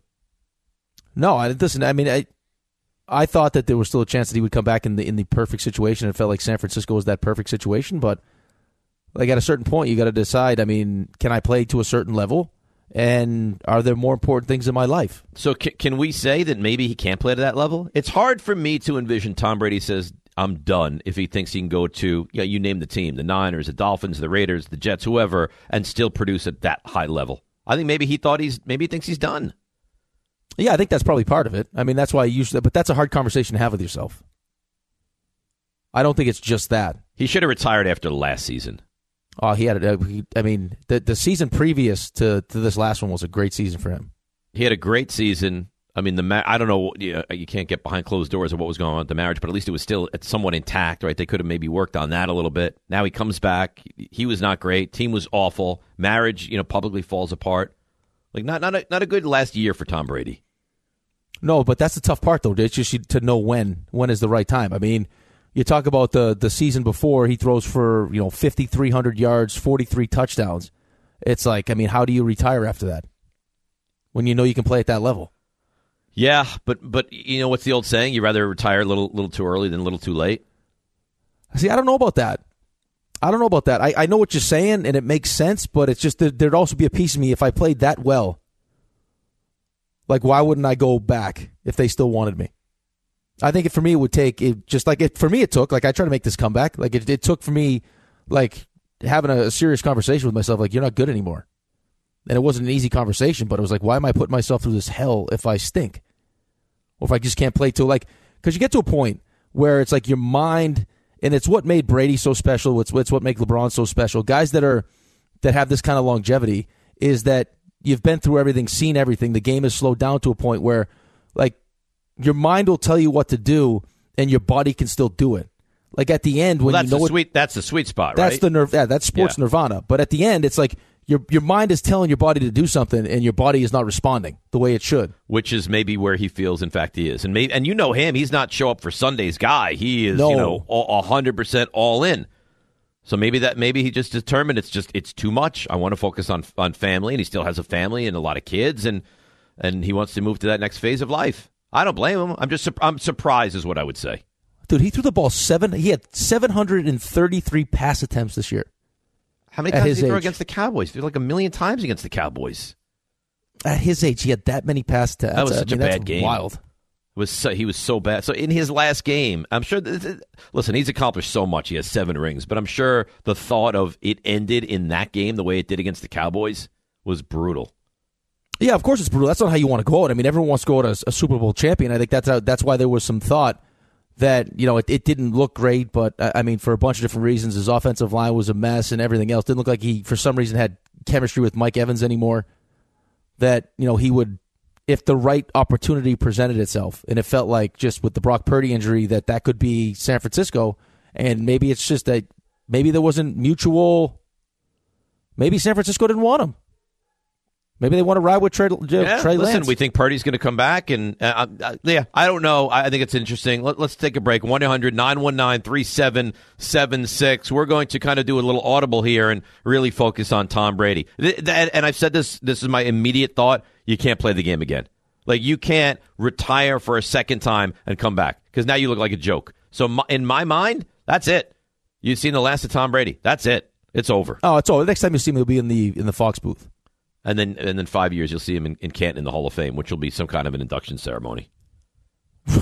D: No, I listen. I mean, I I thought that there was still a chance that he would come back in the in the perfect situation. It felt like San Francisco was that perfect situation, but like at a certain point, you got to decide. I mean, can I play to a certain level, and are there more important things in my life?
B: So c- can we say that maybe he can't play to that level? It's hard for me to envision Tom Brady says I'm done if he thinks he can go to yeah you name the team the Niners the Dolphins the Raiders the Jets whoever and still produce at that high level. I think maybe he thought he's maybe he thinks he's done.
D: Yeah, I think that's probably part of it. I mean, that's why I usually, but that's a hard conversation to have with yourself. I don't think it's just that.
B: He should have retired after the last season.
D: Oh, he had it. uh, he- I mean, the the season previous to to this last one was a great season for him.
B: He had a great season. I mean, the ma- I don't know. You, know, you can't get behind closed doors of what was going on with the marriage, but at least it was still somewhat intact, right? They could have maybe worked on that a little bit. Now he comes back. He was not great. Team was awful. Marriage, you know, publicly falls apart. Like not not a, not a good last year for Tom Brady.
D: No, but that's the tough part, though. It's just you- to know when when is the right time. I mean, you talk about the the season before he throws for you know fifty three hundred yards, forty three touchdowns. It's like, I mean, how do you retire after that when you know you can play at that level?
B: Yeah, but but you know what's the old saying? You rather retire a little little too early than a little too late.
D: See, I don't know about that. I don't know about that. I, I know what you're saying, and it makes sense, but it's just that there'd also be a piece of me if I played that well. Like, why wouldn't I go back if they still wanted me? I think it, for me it would take it just like it for me it took like I tried to make this comeback like it, it took for me like having a, serious conversation with myself like you're not good anymore, and it wasn't an easy conversation, but it was like why am I putting myself through this hell if I stink, or if I just can't play to like because you get to a point where it's like your mind and it's what made Brady so special. It's it's what make LeBron so special. Guys that are that have this kind of longevity is that you've been through everything, seen everything. The game is slowed down to a point where like your mind will tell you what to do and your body can still do it. Like at the end when
B: Well, that's
D: you know
B: the
D: what,
B: sweet. That's the sweet spot,
D: that's
B: right?
D: the nerve. Yeah, that's sports
B: Yeah.
D: nirvana. But at the end, it's like your your mind is telling your body to do something, and your body is not responding the way it should.
B: which is maybe where he feels in fact he is and maybe and you know him he's not show up for sunday's guy he is
D: No.
B: you know a 100% all in so maybe that maybe he just determined it's just it's too much i want to focus on on family and he still has a family and a lot of kids and and he wants to move to that next phase of life i don't blame him i'm just sur- i'm surprised is what i would say
D: Dude, he threw the ball seven. He had seven hundred and thirty-three pass attempts this year.
B: how many
D: At
B: times
D: his
B: did he throw
D: age.
B: against the cowboys they're like a million times against the cowboys
D: At his age, he had that many pass attempts.
B: That was
D: I
B: such
D: mean,
B: a
D: that's
B: bad game.
D: Wild.
B: It was so, he was so bad. So in his last game, I'm sure. th- th- listen, he's accomplished so much. He has seven rings, but I'm sure the thought of it ended in that game the way it did against the Cowboys was brutal.
D: Yeah, of course it's brutal. That's not how you want to go out. I mean, everyone wants to go out as a Super Bowl champion. I think that's how, that's why there was some thought that you know it, it didn't look great, but I I mean, for a bunch of different reasons, his offensive line was a mess and everything else didn't look like he for some reason had chemistry with Mike Evans anymore. That you know he would if the right opportunity presented itself. And it felt like just with the Brock Purdy injury that that could be San Francisco. And maybe it's just that maybe there wasn't mutual. Maybe San Francisco didn't want him. Maybe they want to ride with Trey, Trey
B: Yeah, listen,
D: Lance.
B: we think Purdy's going to come back, and uh, uh, yeah, I don't know. I, I think it's interesting. Let, us take a break. 1-800-919-3776. We're going to kind of do a little audible here and really focus on Tom Brady. Th- that- and I've said this. This is my immediate thought. You can't play the game again. Like you can't retire for a second time and come back because now you look like a joke. So my, in my mind, that's it. You've seen the last of Tom Brady. That's it. It's over.
D: oh, it's all. Next time you see me, will be in the in the Fox booth.
B: And then and then five years you'll see him in, in Canton in the Hall of Fame, which will be some kind of an induction ceremony.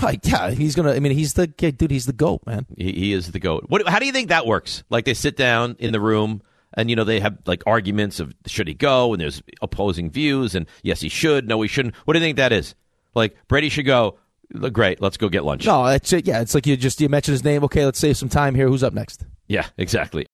D: Right? Yeah, he's gonna. I mean, he's the yeah, dude. He's the goat, man.
B: He, he is the goat. What? How do you think that works? Like they sit down in the room, and you know they have like arguments of should he go, and there's opposing views, and yes he should, no he shouldn't. What do you think that is? Like Brady should go. "Look, Great, let's go get lunch.
D: No, it's uh, yeah. It's like you just you mention his name. Okay, let's save some time here. Who's up next?
B: Yeah, exactly.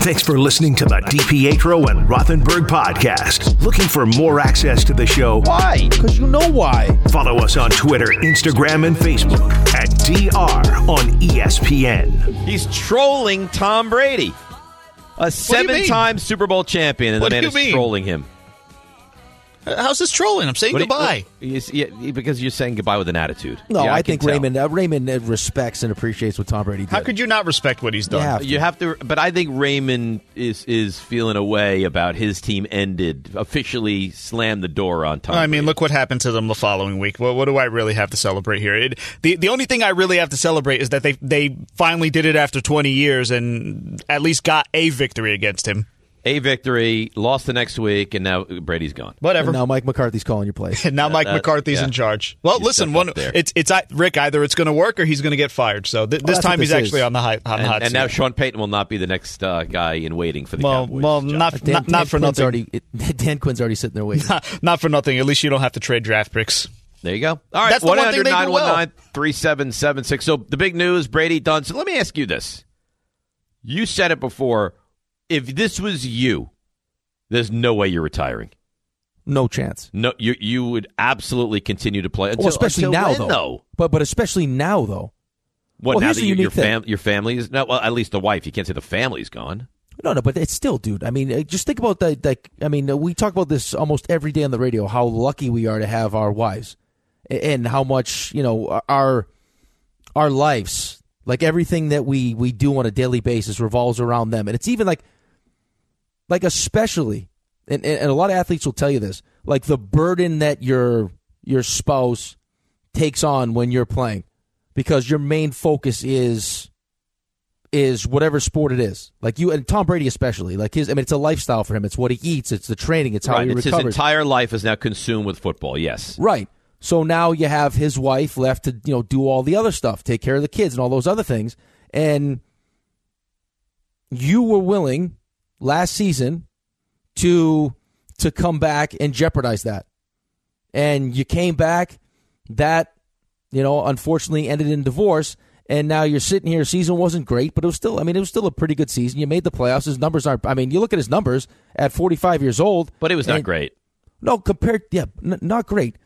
A: Thanks for listening to the DPetro and Rothenberg podcast. Looking for more access to the show?
D: Why? Because you know why.
A: Follow us on Twitter, Instagram, and Facebook at DR on E ESPN.
B: He's trolling Tom Brady,
L: do
B: a
L: you mean?
B: seven-time Super Bowl champion, and
L: What do
B: the man
L: you
B: is
L: mean?
B: trolling him.
L: Uh, How's this trolling? I'm saying
B: What do you-
L: goodbye.
B: what- you see- yeah, because you're saying goodbye with an attitude.
D: No,
B: Yeah,
D: I,
B: can
D: think
B: tell.
D: Raymond uh, Raymond uh, respects and appreciates what Tom Brady did.
L: How could you not respect what he's
D: You
L: done?
D: have
B: You have to, but I think Raymond is is feeling a way about his team ended officially slammed the door on Tom.
L: I mean, look what happened to them the following week. Well, what do I really have to celebrate here? It, the the only thing I really have to celebrate is that they they finally did it after 20 years and at least got a victory against him.
B: a victory, lost the next week, and now Brady's gone.
L: Whatever.
D: And now Mike McCarthy's calling your play.
L: And now Mike
B: that-
L: McCarthy's
B: yeah.
L: in charge. Well,
B: He's
L: listen,
B: up
L: one
B: there.
L: it's it's I, Rick. Either it's going to work or he's going to get fired. So
D: Oh,
L: th- this
B: that's
L: time
B: what
L: he's
B: this
L: actually
B: is.
L: on the high, on the hot
B: And, and now
L: seat.
B: Sean Payton will not be the next uh, guy in waiting for the
L: well,
B: Cowboys.
L: well, not
D: Dan,
L: not, not for
D: Quinn's
L: nothing.
D: Already, Dan Quinn's already sitting there waiting.
L: not for nothing. At least you don't have to trade draft picks.
B: There you go. All right,
L: That's the
B: one
L: one thing
B: hundred
L: they
B: nine
L: do
B: one
L: well.
B: nine three seven seven six. So the big news: Brady done. So let me ask you this: You said it before. If this was you, there's no way you're retiring.
D: No chance.
B: No, you you would absolutely continue to play until,
D: well, especially
B: until
D: now
B: when,
D: though.
B: though.
D: But but especially now though.
B: What
D: Well,
B: now
D: here's
B: that
D: the
B: you, your
D: unique thing.
B: fam- your family is no, well, at least the wife. You can't say the family's gone.
D: No, no, but it's still, dude. I mean, uh, just think about that. Like, I mean, uh, we talk about this almost every day on the radio. How lucky we are to have our wives, a- and how much you know our our lives, like everything that we we do on a daily basis, revolves around them. And it's even like, like especially, and and, and a lot of athletes will tell you this, like the burden that your your spouse takes on when you're playing, because your main focus is is whatever sport it is. Like you and Tom Brady especially. Like his I mean it's a lifestyle for him. It's what he eats, it's the training, it's how
B: right.
D: he
B: It's
D: recovers.
B: his entire life is now consumed with football. Yes.
D: right. So now you have his wife left to, you know, do all the other stuff, take care of the kids and all those other things. And you were willing last season to to come back and jeopardize that. And you came back that you know, unfortunately ended in divorce. And now you're sitting here. Season wasn't great, but it was still. I mean, it was still a pretty good season. You made the playoffs. His numbers aren't. I mean, you look at his numbers at 45 years old.
B: But it was not
D: and-
B: great.
D: No, compared. Yeah, n- not great.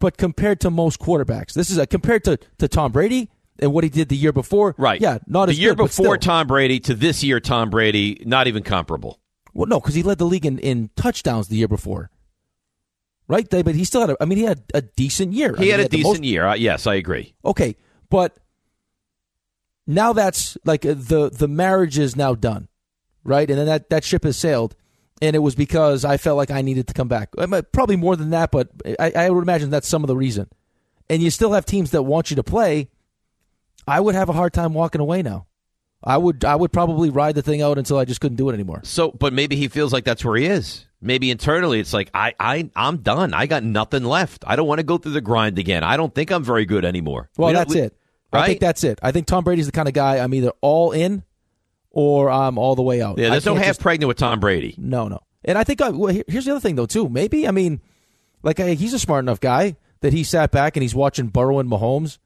D: But compared to most quarterbacks, this is a, compared to, to Tom Brady and what he did the year before.
B: Right.
D: Yeah, not
B: the
D: as
B: year
D: good, but
B: before
D: still.
B: Tom Brady to this year Tom Brady, not even comparable.
D: Well, no, because he led the league in, in touchdowns the year before. Right, They- but he still had. A, I mean, he had a decent year. I
B: He
D: mean,
B: had a
D: the
B: decent
D: most-
B: year. Uh, yes, I agree.
D: Okay, but now that's like uh, the the marriage is now done, right? And then that that ship has sailed, and it was because I felt like I needed to come back. I might- Probably more than that, but I, I would imagine that's some of the reason. And you still have teams that want you to play. I would have a hard time walking away now. I would I would probably ride the thing out until I just couldn't do it anymore.
B: So, but maybe he feels like that's where he is. Maybe internally, it's like I, I, I'm done. I got nothing left. I don't want to go through the grind again. I don't think I'm very good anymore.
D: Well,
B: We don't-
D: that's
B: we-
D: it. I
B: Right?
D: think that's it. I think Tom Brady's the kind of guy I'm either all in or I'm all the way out.
B: yeah,
D: I
B: there's no
D: can't
B: half
D: just-
B: pregnant with Tom Brady.
D: No, no. And I think I, well, here- here's the other thing though too. Maybe I mean, like I, he's a smart enough guy that he sat back and he's watching Burrow and Mahomes,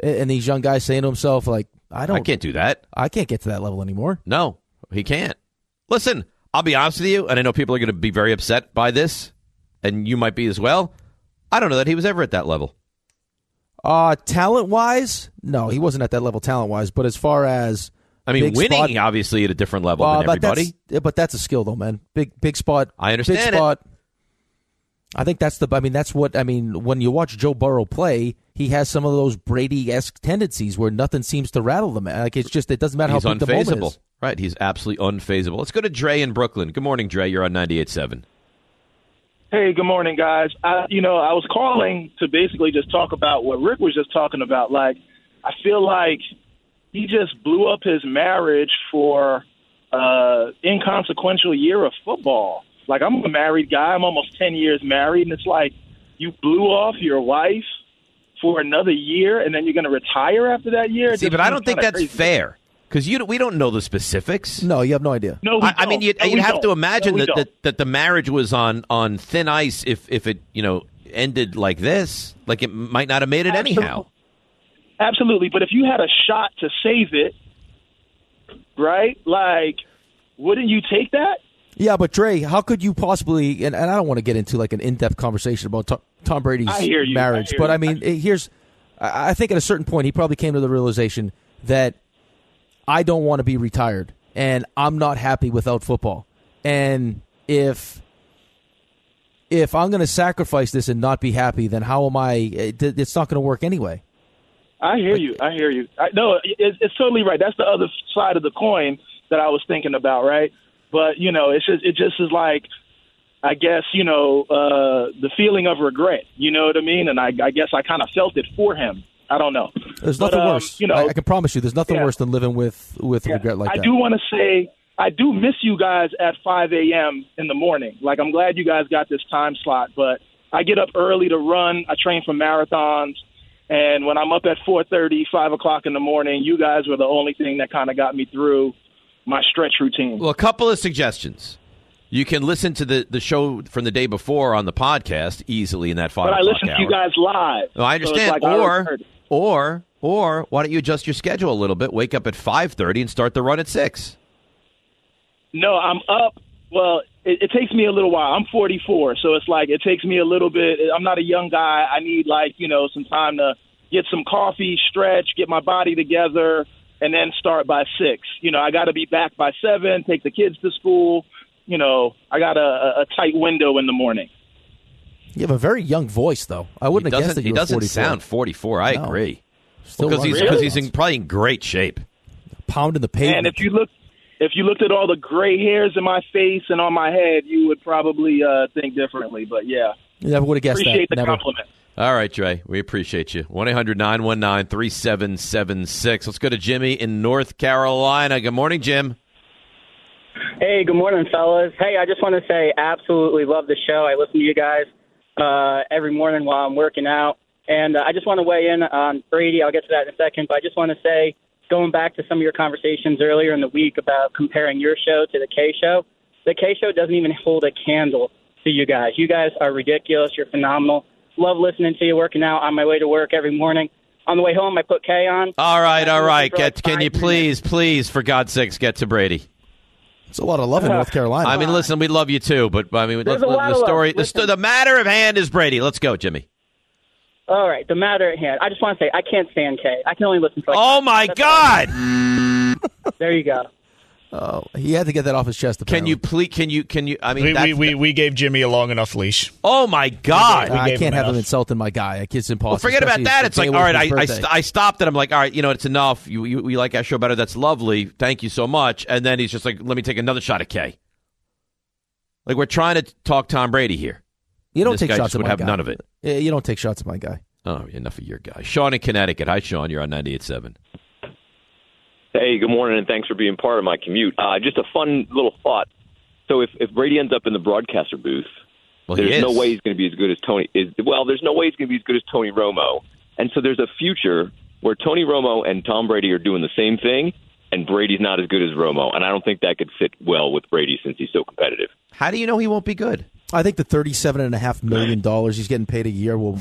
D: and, and these young guys saying to himself like, I don't,
B: I can't do that.
D: I can't get to that level anymore.
B: No, he can't. Listen, I'll be honest with you, and I know people are going to be very upset by this. and you might be as well. I don't know that he was ever at that level.
D: Uh talent wise, no, he wasn't at that level talent wise. But as far as
B: I mean,
D: big
B: winning
D: spot-
B: obviously at a different level
D: Uh,
B: than
D: but that's-
B: everybody.
D: yeah, but that's a skill though, man. Big big spot.
B: I understand
D: Big
B: it.
D: spot. I think that's the. I mean, that's what I mean. When you watch Joe Burrow play, he has some of those Brady esque tendencies where nothing seems to rattle them. Like it's just it doesn't matter
B: He's
D: how big the moment
B: unfazable.
D: is.
B: Right, he's absolutely unfazable. Let's go to Dre in Brooklyn. Good morning, Dre. You're on 98.7.
G: Hey, good morning, guys. I, you know, I was calling to basically just talk about what Rick was just talking about. Like, I feel like he just blew up his marriage for uh inconsequential year of football. Like, I'm a married guy. I'm almost 10 years married, and it's like you blew off your wife for another year, and then you're going to retire after that year. It
B: See,
G: just
B: but I don't
G: seems
B: think
G: kinda
B: that's
G: crazy.
B: fair because you don't- we don't know the specifics.
D: No, you have no idea.
G: No, we
B: I, I mean,
G: don't.
B: you'd,
G: No, we
B: you'd have to
G: don't.
B: imagine
G: No, we
B: that,
G: don't.
B: that that the marriage was on on thin ice if if it you know ended like this. Like it might not have made it anyhow.
G: Absolutely, but if you had a shot to save it, right? Like, wouldn't you take that?
D: Yeah, but Dre, how could you possibly? And, and I don't want to get into like an in-depth conversation about Tom, Tom Brady's
G: I hear you.
D: marriage,
G: I hear
D: but
G: you.
D: I mean, it- here's. I I think at a certain point, he probably came to the realization that I don't want to be retired, and I'm not happy without football. And if if I'm going to sacrifice this and not be happy, then how am I? It, it's not going to work anyway.
G: I hear you. I hear you. I, no, it, it's totally right. That's the other side of the coin that I was thinking about, right? But you know, it's just it just is like, I guess you know, uh, the feeling of regret. You know what I mean? And I, I guess I kind of felt it for him. I don't know.
D: There's
G: But,
D: nothing
G: um,
D: worse.
G: you know,
D: I, I can promise you, there's nothing
G: yeah.
D: worse than living with with regret like
G: I
D: that.
G: do want to say I do miss you guys at 5 a.m. in the morning. Like I'm glad you guys got this time slot, but I get up early to run. I train for marathons, and when I'm up at 4:30, 5 o'clock in the morning, you guys were the only thing that kind of got me through my stretch routine.
B: Well, a couple of suggestions. You can listen to the the show from the day before on the podcast easily in that five
G: but I
B: o'clock
G: listen
B: hour.
G: to you guys live.
B: No, I
G: so it's
B: understand.
G: like I already
B: or
G: heard it.
B: or or why don't you adjust your schedule a little bit? Wake up at five thirty and start the run at six.
G: No, I'm up. Well, it, it takes me a little while. I'm 44, so it's like it takes me a little bit. I'm not a young guy. I need like you know some time to get some coffee, stretch, get my body together, and then start by six. You know, I got to be back by seven. Take the kids to school. You know, I got a, a- a tight window in the morning.
D: You have a very young voice, though. I wouldn't have guessed
B: Doesn't
D: that
B: he
D: you were
B: doesn't
D: 44.
B: sound forty four? I
D: No.
B: agree.
D: Still
B: Because
D: running
B: he's,
D: really?
B: 'cause he's in, probably in great shape.
D: pounding the
G: And
D: pavement.
G: if you look, if you looked at all the gray hairs in my face and on my head, you would probably uh, think differently. But yeah,
D: You never would have guessed
G: appreciate
D: that.
G: the
D: Never.
G: compliment.
B: All right, Dre. We appreciate you. 1 800 919 3776. Let's go to Jimmy in North Carolina. Good morning, Jim.
H: Hey, good morning, fellas. Hey, I just want to say absolutely love the show. I listen to you guys uh, every morning while I'm working out. And uh, I just want to weigh in on Brady. I'll get to that in a second. But I just want to say, going back to some of your conversations earlier in the week about comparing your show to the K show, the K show doesn't even hold a candle to you guys. You guys are ridiculous. You're phenomenal. Love listening to you working out on my way to work every morning. On the way home, I put K on.
B: All right, all right. Get, can you please, please, for God's sakes, get to Brady?
D: It's a lot of love in North Carolina.
B: I mean, listen, we love you too, but I mean,
H: There's
B: let-
H: a
B: let-
H: lot
B: the
H: of love.
B: story, the, sto- the matter of hand is Brady. Let's go, Jimmy.
H: All right, the matter at hand. I just want to say I can't stand K. I can only listen to. Like
B: oh my God!
H: There you go.
D: Oh, he had to get that off his chest.
B: Can you please? Can you? Can you? I mean,
L: we,
B: that's
L: we, we, we gave Jimmy a long enough leash.
B: Oh my God!
D: I can't have him insulting my guy. Like, It's impossible.
B: Well, forget about
D: especially
B: that.
D: the
B: It's
D: day
B: like, all
D: away
B: right,
D: from
B: I,
D: his
B: I,
D: birthday.
B: st- I stopped and I'm like, all right, you know, it's enough. You, you, you like our show better. That's lovely. Thank you so much. And then he's just like, let me take another shot at K. Like, we're trying to t- talk Tom Brady here.
D: You don't
B: This
D: take
B: guy
D: shots
B: just
D: at
B: would
D: my
B: have
D: guy.
B: none of it.
D: Yeah, You don't take shots at my guy.
B: Oh, enough of your guy. Sean in Connecticut. Hi, Sean. You're on 98.7.
W: Hey, good morning, and thanks for being part of my commute. Uh, just a fun little thought. So, if, if Brady ends up in the broadcaster booth,
B: Well, he
W: there's no
B: is.
W: way he's going to be as good as Tony. Is well, there's no way he's going to be as good as Tony Romo. And so, there's a future where Tony Romo and Tom Brady are doing the same thing, and Brady's not as good as Romo. And I don't think that could fit well with Brady since he's so competitive.
B: How do you know he won't be good?
D: I think the thirty-seven and a half million dollars he's getting paid a year will.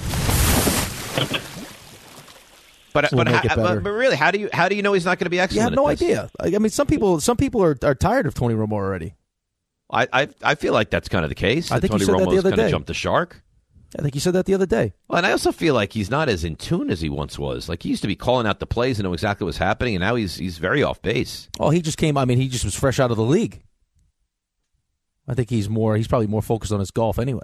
B: But
D: will
B: but,
D: make
B: how- uh,
D: it better.
B: but but really, how do you how do you know he's not going to be
D: you
B: excellent?
D: have no
B: at this?
D: idea. I I mean, some people some people are, are tired of Tony Romo already.
B: I, I I feel like that's kind of the case.
D: I
B: that
D: think you
B: Tony
D: said that the
B: Romo's
D: other
B: kind of
D: day.
B: jumped the shark.
D: I think you said that the other day.
B: Well, and I also feel like he's not as in tune as he once was. Like he used to be calling out the plays and know exactly what's happening, and now he's he's very off base.
D: Oh, he just came. I mean, he just was fresh out of the league. I think he's more. He's probably more focused on his golf anyway.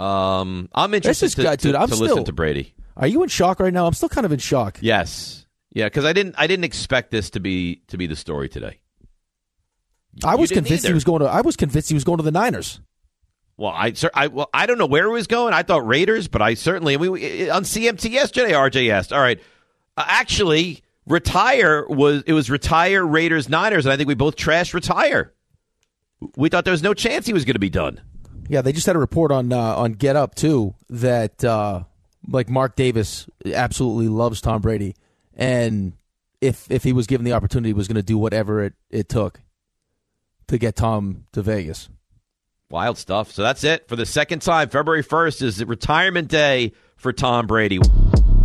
B: Um, I'm
D: That's
B: interested
D: this
B: to,
D: guy,
B: to-
D: dude, I'm
B: to
D: still-
B: listen to Brady.
D: Are you in shock right now? I'm still kind of in shock.
B: Yes, yeah, because I didn't I didn't expect this to be to be the story today.
D: I
B: You
D: was
B: didn't
D: convinced he
B: either.
D: was going to. I was convinced he was going to the Niners.
B: Well, I cer- I well I don't know where it was going. I thought Raiders, but I certainly we, we on CMT yesterday. RJ asked, "All right, uh, actually, retire was it was retire Raiders Niners, and I think we both trashed retire. We thought there was no chance he was going to be done.
D: Yeah, they just had a report on uh, on Get Up too that uh, like Mark Davis absolutely loves Tom Brady, and if if he was given the opportunity, was going to do whatever it, it took to get Tom to Vegas.
B: Wild stuff. So that's it for the second time. February first is the retirement day for Tom Brady.